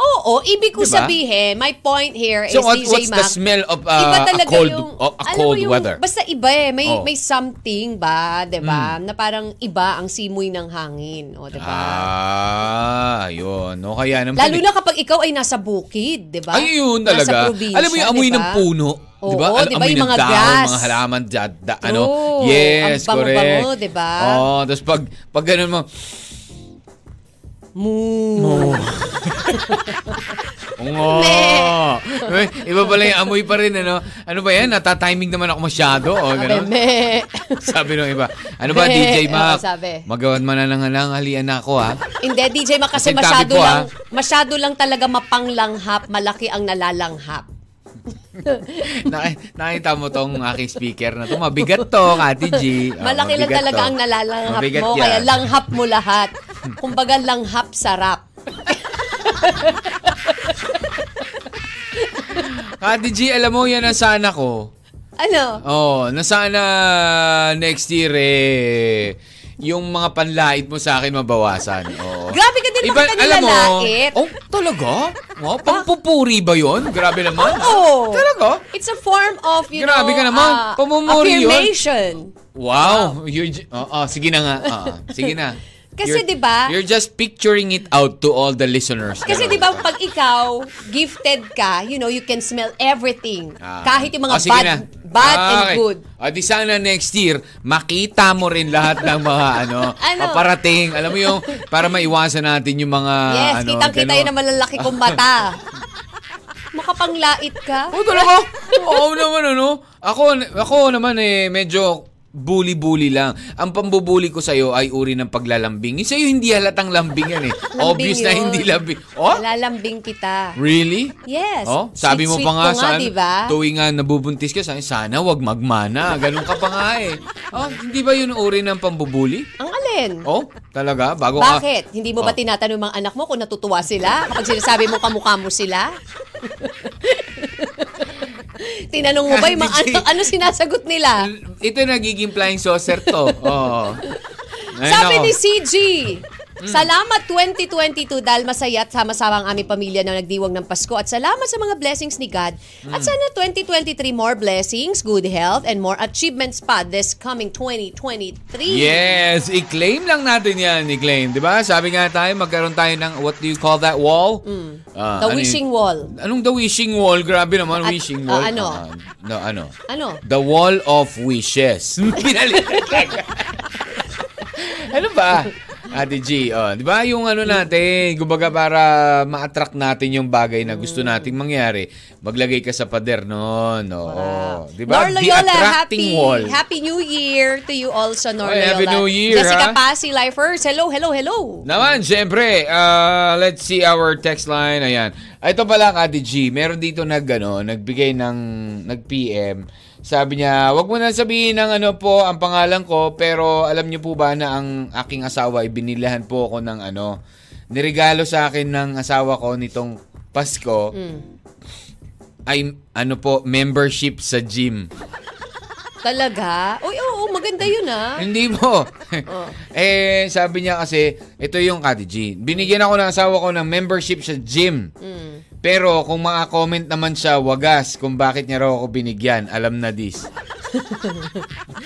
Oo, ibig ko
Diba?
sabihin, my point here is
So, what-
DJ
what's the
Mac,
smell of
iba
ah, a
talaga
cold,
yung,
oh, a
alam mo
cold
yung-
weather?
Basta iba eh, may,
Oh. Mm.
may something ba, 'di ba? Na parang iba ang simoy ng hangin, o 'di ba?
Ah, yun. O kaya naman.
Diba? Lalo na kapag ikaw ay nasa bukid, 'di ba?
Ay, yun
Nasa
talaga.
probinsya,
Alam mo yung amoy
di ba?
ng puno.
Oo,
di ba? Al-
di ba?
Amoy
Yung
ng
mga
dahon,
grass.
mga halaman, da, da,
True.
ano. Yes,
Ang
correct.
bango-bango, di ba?
Oo, tapos pag, pag ganun mo,
Moo.
Oo. Uy, Iba pala yung amoy pa rin, ano? Ano ba yan? Natatiming naman ako masyado. O,
Abe,
ganun.
me.
sabi nung iba, ano ba,
Be.
DJ Mac?
Oo, sabi.
Magawan man na lang halang, halian na ako, ha?
Hindi, DJ Mac,
Kasi
kasi
topic
masyado
ko,
lang,
ah.
masyado lang talaga mapanglanghap, malaki ang nalalanghap.
Naki- Nakita mo tong aking speaker na to. Mabigat to, Kati G. Oo,
Malaki lang
Ah, mabigat
talaga
to.
ang nalalanghap
Mabigat
mo,
yan.
kaya langhap mo lahat. Kumbaga langhap sarap.
Kati G, alam mo, yan ang sana ko.
Ano?
Oh, na sana next year eh yung mga panlait mo sa akin mabawasan. Oo.
Grabe ka din naman kanina,
alam mo,
lait.
Oh, talaga? Oh, pampupuri ba yon? Grabe naman. ah.
Oo.
Talaga?
It's a form of, you
Grabe
know,
ka naman.
ah,
Pamumuri yun.
affirmation.
Wow. You're ju- Oo, sige na nga. Oo, sige na.
Kasi
You're-
'di ba?
You're just picturing it out to all the listeners.
Kasi
Ganun.
'di ba pag ikaw gifted ka, you know, you can smell everything.
Ah.
Kahit yung mga
Oh, sige
bad
na. Ah,
bad and
Okay.
good.
O di sana next year, makita mo rin lahat ng mga ano,
Ano?
paparating. Alam mo yung, para maiwasan natin yung mga
yes,
ano.
kitang-kita
ganun.
yun na malalaki kong mata. Makapanglait ka.
Oo, talaga? Oo naman, ano? Ako, ako naman eh, medyo bully-bully lang. Ang pambubuli ko sa'yo ay uri ng paglalambing. Yung sa'yo hindi halatang lambing yan eh. Obvious na
yun.
hindi lambing. Oh?
Lalambing kita.
Really?
Yes.
Oh, sabi mo
Sweet-sweet
pa nga,
ko
sana,
diba?
tuwing nga nabubuntis ka, sana, sana wag magmana. Ganun ka pa nga eh. Oh, hindi ba yun uri ng pambubuli?
Ang alin?
Oh, talaga? Bago ka-
Bakit? Hindi mo ba
Oh.
tinatanong mga anak mo kung natutuwa sila? Kapag sinasabi mo kamukha mo sila? Tinanong mo ba yung mga ano, ano sinasagot nila?
Ito yung nagiging flying saucer to. Oo. Ayun
Sabi
ako.
ni CG, Salamat 2022 dahil masaya at sama-sama ang aming pamilya na nagdiwang ng Pasko at salamat sa mga blessings ni God.
Mm.
At sana 2023 more blessings, good health, and more achievements pa this coming 2023.
Yes, i-claim lang natin yan, i-claim. Di ba? Sabi nga tayo, magkaroon tayo ng, what do you call that wall? Ah,
Mm. The
ano yun?
wishing wall.
Anong the wishing wall? Grabe naman,
At-
wishing
ah,
wall.
ano?
Ah, no, ano?
Ano?
The wall of wishes. Pinalitan ka. ano ba? Ate G, oh, di ba yung ano natin, kumbaga para ma-attract natin yung bagay na gusto nating mangyari, maglagay ka sa pader noon. Oo. Oh, Di ba? The
Nor Loyola,
attracting
happy,
wall.
happy New Year to you also, Nor
Oy,
Loyola.
happy New Year, ah.
Jessica
ha?
Pasi, Lifers, hello, hello, hello.
Naman, syempre, ah, let's see our text line. Ayan. Ito pala, Kati G, meron dito nag, ano, nagbigay ng, nag-PM. Sabi niya, wag mo na sabihin ng ano po ang pangalan ko, pero alam niyo po ba na ang aking asawa ay binilahan po ako ng ano, nirigalo sa akin ng asawa ko nitong Pasko ay ano po, membership sa gym.
Talaga? Uy, oo, maganda yun ah.
Hindi po. eh, sabi niya kasi, ito yung Kati G. Binigyan ako ng asawa ko ng membership sa gym. Pero kung makakomment naman siya, wagas, kung bakit niya raw ako binigyan, alam na this.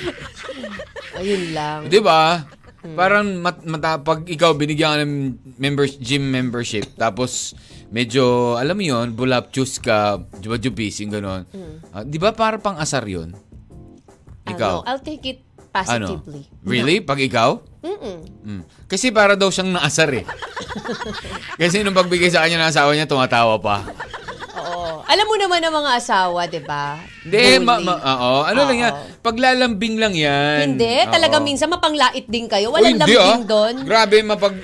Ayun lang.
Di ba? Parang mat, mata, pag ikaw binigyan ka ng members, gym membership, tapos medyo, alam mo yun, bulapchus ka, jubajubis, yung gano'n. Ah, di ba para pang asar yun? Ikaw?
Ano, I'll take it
Ano?
positively.
Really? Pag ikaw? Mm. Kasi para daw siyang naasar eh. Kasi nung pagbigay sa kanya ng asawa niya, tumatawa pa.
Oo. Alam mo naman ang mga asawa, di ba?
Hindi,
Bully.
ma- ma- oo. Ano lang
Oo.
yan? Paglalambing lang yan.
Hindi,
um,
talaga
Oo.
minsan mapanglait din kayo.
Uy,
Walang
hindi,
lambing
ah.
doon.
Grabe, mapag...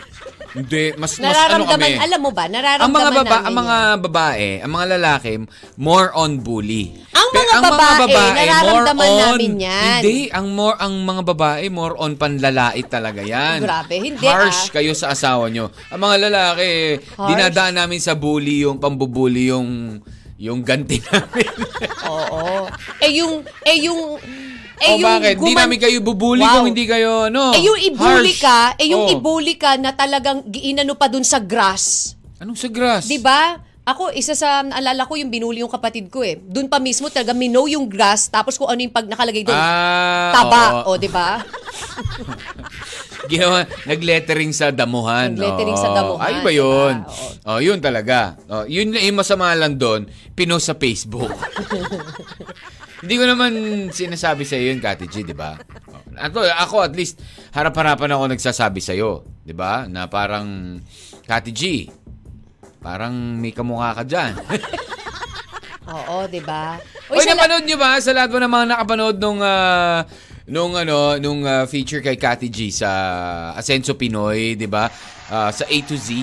Hindi, mas, mas ano
Nararamdaman,
kami.
alam mo ba, nararamdaman
ang mga baba,
namin
ang mga
yan.
babae, ang mga lalaki, more on bully.
Ang
Pe-
mga babae, nararamdaman namin yan.
Hindi, ang more ang mga babae, more on panlalait talaga yan.
Grabe, hindi,
Harsh
ah.
kayo sa asawa nyo. Ang mga lalaki,
Harsh.
dinadaan namin sa bully yung pambubuli yung yung ganti namin.
Oo. Eh yung, eh yung, eh
o Oh,
yung
bakit? Hindi
guman-
namin kayo bubuli
Wow.
kung hindi kayo, no?
Eh yung ibuli
Harsh.
ka, eh yung
Oh.
ibuli ka na talagang giinano pa dun sa grass.
Anong sa grass?
Di ba? Ako, isa sa naalala ko yung binuli yung kapatid ko eh. Doon pa mismo talaga minow yung grass tapos kung ano yung pag nakalagay doon.
Ah,
taba,
oo.
o di ba?
Ginawa, naglettering sa damuhan.
Naglettering
Oo.
sa damuhan,
Ay ba yun?
diba?
Oh, yun talaga. Oh, yun yung masama lang doon, pinost sa Facebook. Hindi ko naman sinasabi sa yun, Kati G, di ba? Oh, Ato, ako at least, harap-harapan ako nagsasabi sa iyo, di ba? Na parang, Kati G, parang may kamukha ka dyan.
Oo, di ba?
Uy,
sala-
napanood nyo ba sa lahat ba ng mga nakapanood nung ah, nung ano nung ah, feature kay Kati G sa Asenso Pinoy, 'di ba? Ah, sa A to Z.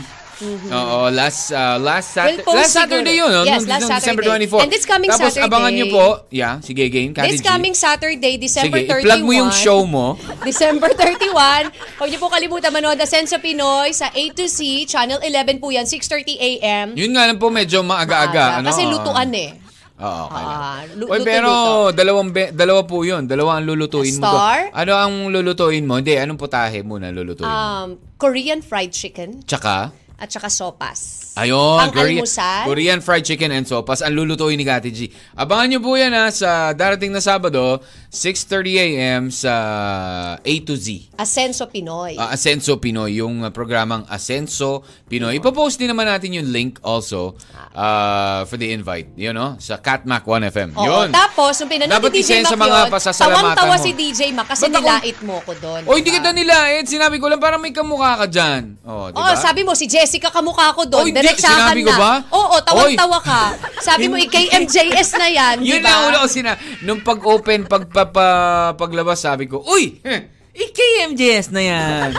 Oo, last ah, last Saturday,
Mm-hmm. We'll post
last Saturday 'yun,
siguro.
no?
Yes,
Nung-
last
nung December
Saturday.
24.
And this coming
Tapos
Saturday.
abangan nyo po. Yeah, sige game, Kati
This
G.
coming Saturday, December
sige,
31.
i-plug mo yung show mo.
December 31. Huwag niyo po kalimutan manood na Sense of Pinoy sa A to C, Channel 11 po yan, 6.30 a.m.
Yun nga lang po medyo maaga-aga, ano?
Ah, Kasi
oo.
lutuan eh.
Oo, okay. lang.
Ah, lu-
Oy,
luto,
pero
luto.
dalawang be- dalawa po 'yun. Dalawa ang lulutuin mo. doon.
Star?
Ano ang lulutuin mo? Hindi, anong putahe muna lulutuin mo?
Um, Korean fried chicken
Tsaka
at saka sopas.
Ayun,
Ang
Korea-
almusal.
Korean fried chicken and sopas. Ang lulutuin ni Kati G. Abangan nyo po yan ha, sa darating na Sabado, 6.30 a.m. sa A to Z.
Asenso Pinoy.
Uh, Asenso Pinoy, yung uh, programang Asenso Pinoy. Ipopost din naman natin yung link also uh, for the invite. Yun, no? Sa Catmac 1FM.
Oo.
Yun.
Tapos, nung pinanood
Dapat
ni DJ
isend
Mac
sa mga
yun,
pasasalamatan
tawang-tawa
mo.
si DJ Mac kasi
Ba't ako-
nilait mo ko doon.
O, hindi
diba?
kita nilain. Sinabi ko lang, parang may kamukha ka dyan. O, diba?
Oo, Oh, sabi mo, si Jessica kamukha
Oy,
ko doon.
di-
Diretsahan
sinabi ko
na.
ba?
Oo, tawang-tawa ka. Sabi mo,
Hindi.
ikay MJS na yan,
Yun
diba?
lang una ko sina... Nung pag-open, pagpapa, paglabas, sabi ko, Uy!
Hmm.
eh, IKMJS na yan!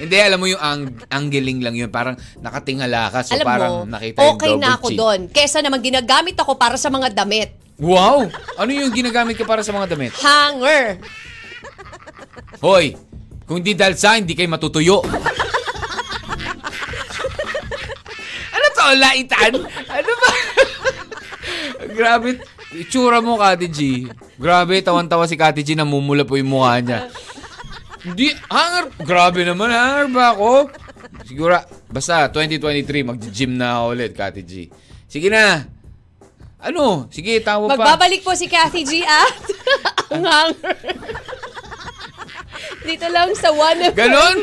Hindi, alam mo yung ang angling lang yun. Parang nakatingala ka. So
Alam
parang
mo,
nakita yung
okay
double
na ako
chin.
doon. Kesa naman ginagamit ako para sa mga damit.
Wow! Ano yung ginagamit ka para sa mga damit?
Hanger.
Hoy! Kung di dahil sa akin, hindi kayo matutuyo. ano to? Laitan? Ano ba? Grabe. Itsura mo, Kati G. Grabe, tawan-tawa si Kati G. Namumula po yung mukha niya. Hindi, hangar. Grabe naman, hangar ba ako? Siguro, basta 2023, mag-gym na ako ulit, Kati G. Sige na. Ano? Sige, tawa pa.
Magbabalik po si Kathy G at ang hanger. Dito lang sa one of
Ganon?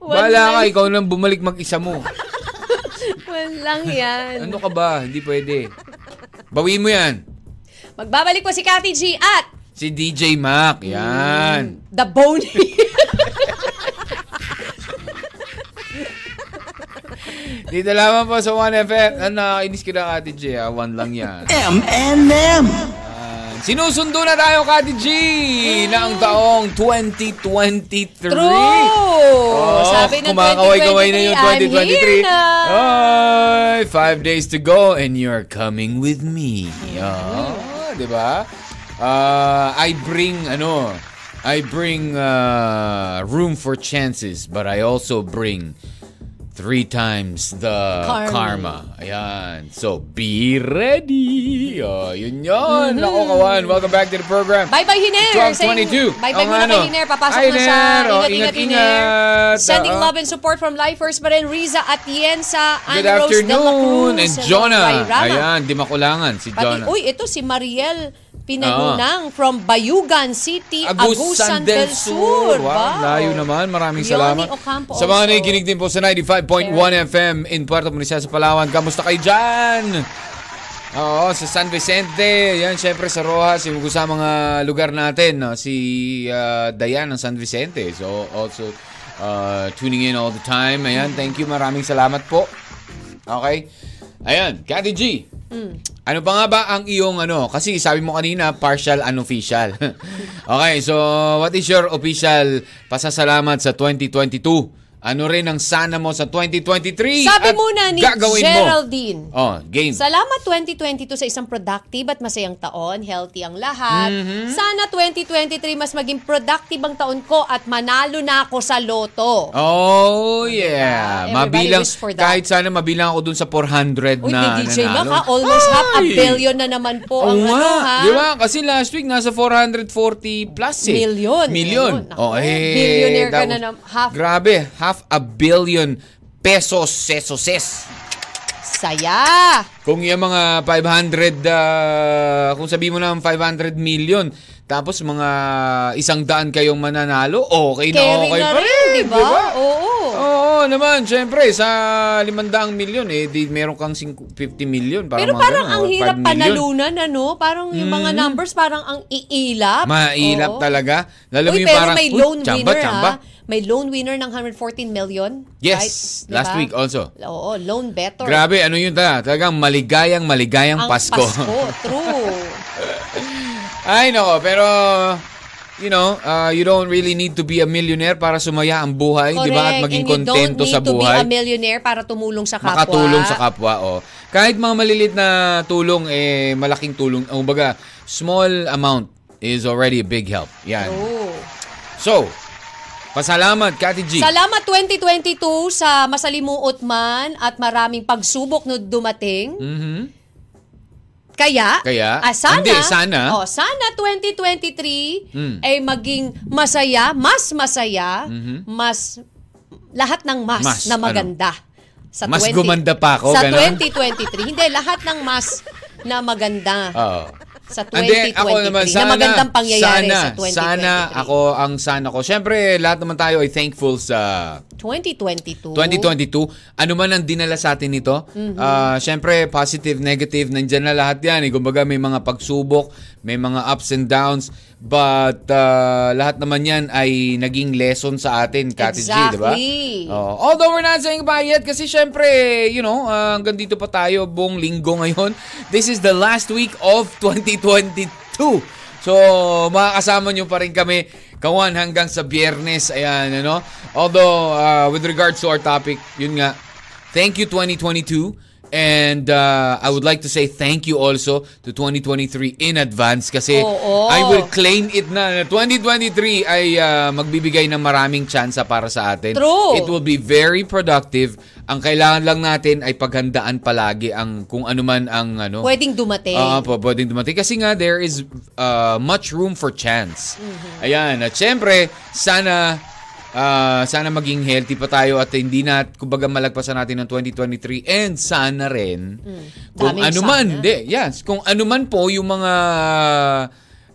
one
Bala ka,
lang,
ikaw nang bumalik mag-isa mo.
one lang yan.
Ano ka ba? Hindi pwede. Bawiin mo yan.
Magbabalik po si Kathy G at
Si DJ Mac. Yan.
The Boney.
Dito lamang po sa ah. 1FM. Ano, nakakainis ka na, Ate J. ah. One lang yan.
M&M.
Yan. Sinusundo na tayo, Kati G, ng taong 2023.
True!
Oo,
Sabi ng
kumakaway-gaway Oh, na yung
2023, I'm here
2023.
na.
Oh. Ay, five days to go and you're coming with me.
Hmm.
Yeah, di ba? Ah, I bring, ano, I bring ah, room for chances, but I also bring three times the
Karma.
karma. Ayan. So, be ready. Oh, yun yun.
Mm-hmm.
Ako, kawan. Welcome back to the program.
Bye-bye, Hiner!
1222. Oo
Bye-bye muna
nga, no.
kay Hiner. Papasok
ano? Hi,
na siya.
Hiner. Oh,
Ingat-ingat, Hiner.
ingat-ingat.
Sending
Oo.
love and support from lifers pa rin. Riza Atienza,
Good
Anne Rose de la Cruz,
afternoon. And Jonah.
Ray Rama.
Ayan, di makulangan. Si
Pati,
Jonah. Ah.
uy, ito si Mariel Pinanunang from Bayugan City, Agusan del Sur.
Wow, layo naman. Maraming salamat.
Yoni Ocampo
sa mga
also.
nakikinig din po sa 95.1 FM in Puerto Princesa sa Palawan. Kamusta kayo dyan? Oo, sa San Vicente. Yan, syempre sa Rojas. Yung sa mga lugar natin. no? Si ah, Dayan ng San Vicente. So, also ah, tuning in all the time. Ayan, thank you. Maraming salamat po. Okay? Ayan, Kati G.
Hmm.
Ano pa nga ba ang iyong ano? Kasi sabi mo kanina, partial unofficial. okay, so what is your official pasasalamat sa 2022? Ano rin ang sana mo sa 2023? At
Sabi muna ni
gagawin mo?
Geraldine.
Oh, game.
Salamat 2022 sa isang productive at masayang taon. Healthy ang lahat.
Mm-hmm.
Sana 2023 mas maging productive ang taon ko at manalo na ako sa loto.
Oh, yeah.
Diba? Everybody
Mabilang,
wish for that.
kahit sana mabilang ako dun sa 400 Oh,
Uy,
na
may DJ Mac
nanalo.
ha, almost half a
Ay!
billion na naman
Oo
po ang
nga.
ano ha.
Di ba? Kasi last week, nasa 440 plus eh.
Million.
Million.
Ayun.
Oh,
Ako,
eh.
billionaire ka
daw-
na nam- half.
Grabe. Half a billion pesos, sesoses.
Saya!
Kung yung mga 500, ah, kung sabi mo na 500 million, tapos mga isang daan kayong mananalo, okay na
Carry
okay
na
pa
rin, di ba? Oo.
Oo naman, syempre, sa 500 million, eh, di, meron kang 50 million. Parang
Pero
mga
parang
ganun,
ang
or 5
hirap
million. Mm-hmm.
panalunan, ano? Parang yung mga numbers, parang ang iilap.
Mailap
Oo.
talaga. Lalo
oh. Uy,
mo yung
pero
parang,
may
"Uy,
loan
tsamba,
winner,
tsamba."
ha? May loan winner ng 114 million.
Yes,
right? Di
last
ba?
week also.
Oo, loan better.
Grabe, ano yun talaga? Talagang maligayang, maligayang
ang
Pasko.
Pasko, true.
Ay, nako, pero... You know, uh, you don't really need to be a millionaire para sumaya ang buhay, di ba? At
Correct,
maging
and you don't
kontento
need
sa buhay.
to be a millionaire para tumulong sa kapwa.
makatulong sa kapwa. Oh. Kahit mga malilit na tulong, eh, malaking tulong. Ang baga, small amount is already a big help. Yan.
True.
So, pasalamat, Kati G.
Salamat 2022 sa masalimuot man at maraming pagsubok na dumating.
Mhm.
Kaya,
Kaya?
ah, sana,
Hindi, sana.
Oh, sana 2023
Mm.
ay maging masaya, mas masaya,
Mhm.
mas lahat ng mas,
Mas, ano?
na maganda. Sa
Mas gumanda pa ako,
Sa
ganon?
2023. Hindi, lahat ng mas na maganda
Oo.
sa 2023.
Ah. Hindi, ako naman, sana,
na magandang pangyayari
sana,
sa 2023.
Sana ako ang sana ko. Siyempre, lahat naman tayo ay thankful sa
2022.
2022. Ano man ang dinala sa atin nito. ah, Siyempre, positive, negative, nandyan na lahat yan. Eh. Kumbaga, may mga pagsubok, may mga ups and downs. But ah, lahat naman yan ay naging lesson sa atin, Kati G, di ba?
Exactly.
Oh, although we're not saying bye yet kasi syempre, you know, ah, hanggang dito pa tayo buong linggo ngayon. This is the last week of 2022. So, makakasama nyo pa rin kami kawan hanggang sa biyernes. Ayan, ano? Although, ah, with regards to our topic, yun nga, thank you 2022. And ah, I would like to say thank you also to 2023 in advance kasi
Oo.
I will claim it na na 2023 ay ah, magbibigay ng maraming tsansa para sa atin.
True.
It will be very productive. Ang kailangan lang natin ay paghandaan palagi ang kung ano man ang ano.
Pwedeng dumating.
Ah, po, pwedeng dumating. Kasi nga, there is uh, much room for chance.
Mm-hmm.
Ayan. At syempre, sana, ah, sana maging healthy pa tayo at hindi na, kumbaga, malagpasan natin ng 2023. And sana rin,
Mm.
kung
Daming
ano man,
sana.
hindi, yes, kung ano man po yung mga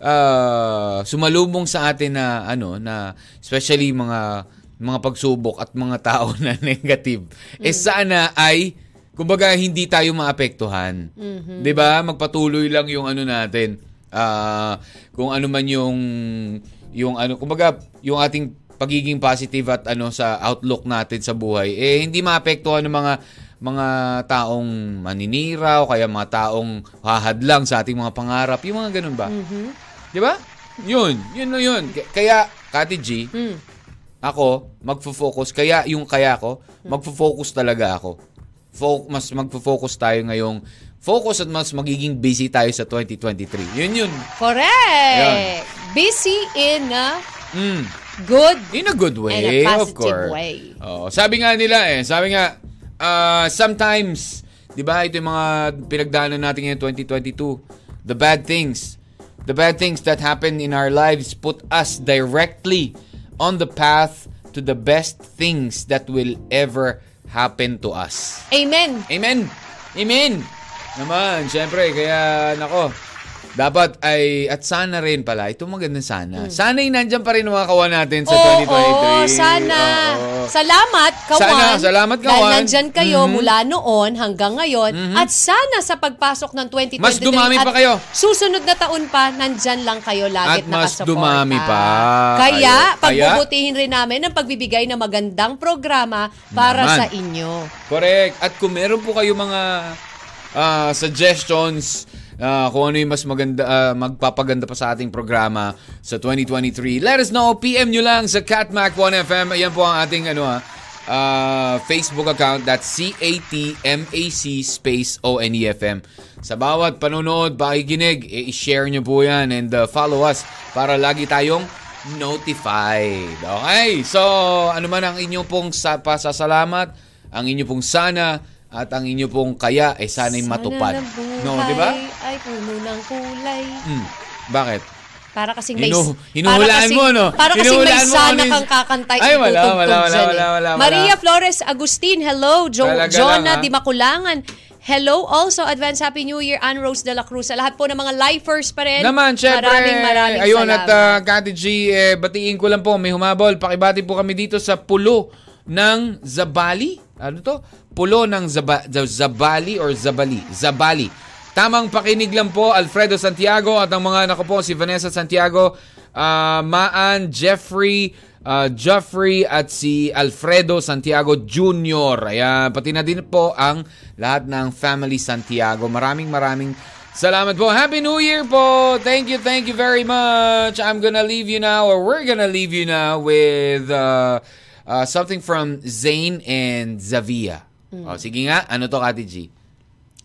ah, sumalubong sa atin na, ano, na, especially mga mga pagsubok at mga tao na negative, eh sana ay kumbaga hindi tayo maapektuhan. 'Di ba? Magpatuloy lang yung ano natin. Ah, kung ano man yung yung ano kumbaga yung ating pagiging positive at ano sa outlook natin sa buhay eh hindi maapektuhan ng mga mga taong maniniraw, kaya mga taong hahadlang sa ating mga pangarap, yung mga ganun ba? Di ba? Yun, yun na yun. K- Kaya, Kati G,
Mm.
ako, magfo-focus. Kaya yung kaya ko, magfo-focus talaga ako. Fo- mas magfo-focus tayo ngayong focus at mas magiging busy tayo sa 2023. Yun yun.
Correct! Busy in a
Mm.
good
In a good way,
In a
of
positive
course.
way.
Oo. sabi nga nila eh, sabi nga, ah, sometimes, di ba, ito yung mga pinagdaanan natin ngayon 2022, the bad things, the bad things that happen in our lives put us directly on the path to the best things that will ever happen to us.
Amen.
Amen! Amen! Naman, syempre, kaya, nako, dapat ay, at sana rin pala, ito maganda sana. Sana'y nandyan pa rin ang mga kawan natin sa 2023.
Hmm. Oo, sana.
Oo.
Salamat, Kawan.
Sana, salamat,
Dahil
Kawan.
nandyan kayo
Mhm.
mula noon hanggang ngayon. At sana sa pagpasok ng 2023
Mas dumami
at
pa kayo.
susunod na taon pa, nandyan lang kayo lagi
At mas
nakasuporta.
dumami pa
Kaya,
kayo. Kaya-
pagbubutihin rin namin ng pagbibigay ng magandang programa para
Naman.
sa inyo.
Correct. At kung meron po kayo mga ah, suggestions, ah, kung ano yung mas maganda, ah, magpapaganda pa sa ating programa sa 2023, let us know. PM nyo lang sa Catmac 1FM. Ayan po ang ating ano, ah, ah, Facebook account. That's C-A-T-M-A-C space O-N-E-F-M. Sa bawat panonood, pakikinig, eh, i-share nyo po yan and ah, follow us para lagi tayong notified. Okay, so ano man ang inyo pong sa, pasasalamat, ang inyo pong sana, at ang inyo pong kaya, eh sana'y matupad.
Sana ang
no, di ba?
buhay Ay, puno ng kulay.
Mm. Bakit?
Para kasing may...
Hinu-
para
hinuhulaan
kasing-
mo, no?
Para kasing may
Hinuhulaan mo kung
sana
ano yung-
kang kakantay.
Ay, wala,
itutugtog
wala, wala,
dyan eh.
wala, wala, wala.
Maria Flores Agustin, hello. Jo
Talaga
Jonah
lang, ha?
Di Maculangan, hello. Also, advance Happy New Year, Ann Rose de la Cruz. Sa lahat po ng mga lifers pa rin.
Naman, syempre.
Maraming maraming
ayun,
salamat.
at uh, Kati G, eh, batiin ko lang po, may humabol. Pakibati po kami dito sa pulo ng Zabali. Ano to? Pulo ng Zaba- Z- Zabali or Zabali. Zabali. Tamang pakinig lang po, Alfredo Santiago at ang mga nako po, si Vanessa Santiago, ah, Maan, Jeffrey, ah, Jeffrey at si Alfredo Santiago Jr. Ayan, pati na din po ang lahat ng family Santiago. Maraming maraming Salamat po. Happy New Year po. Thank you, thank you very much. I'm gonna leave you now, or we're gonna leave you now with uh, uh, something from Zayn and Zavia. O, sige nga. Ano to, Kati G?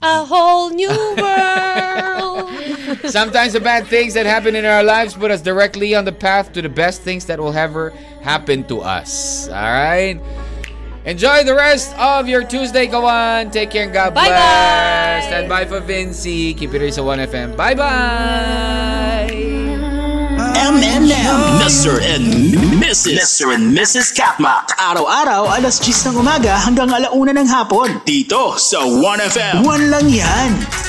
A whole new world.
Sometimes the bad things that happen in our lives put us directly on the path to the best things that will ever happen to us. All right? Enjoy the rest of your Tuesday, Kawan. Take care and God
Bye-bye.
bless. Stand by for Vinci. Keep it here sa 1FM. Bye-bye.
MMM. Mr. and Mrs. Mr. and Mrs. Katmak.
Araw-araw, alas 10 ng umaga hanggang alauna ng hapon.
Dito sa 1FM.
One lang yan.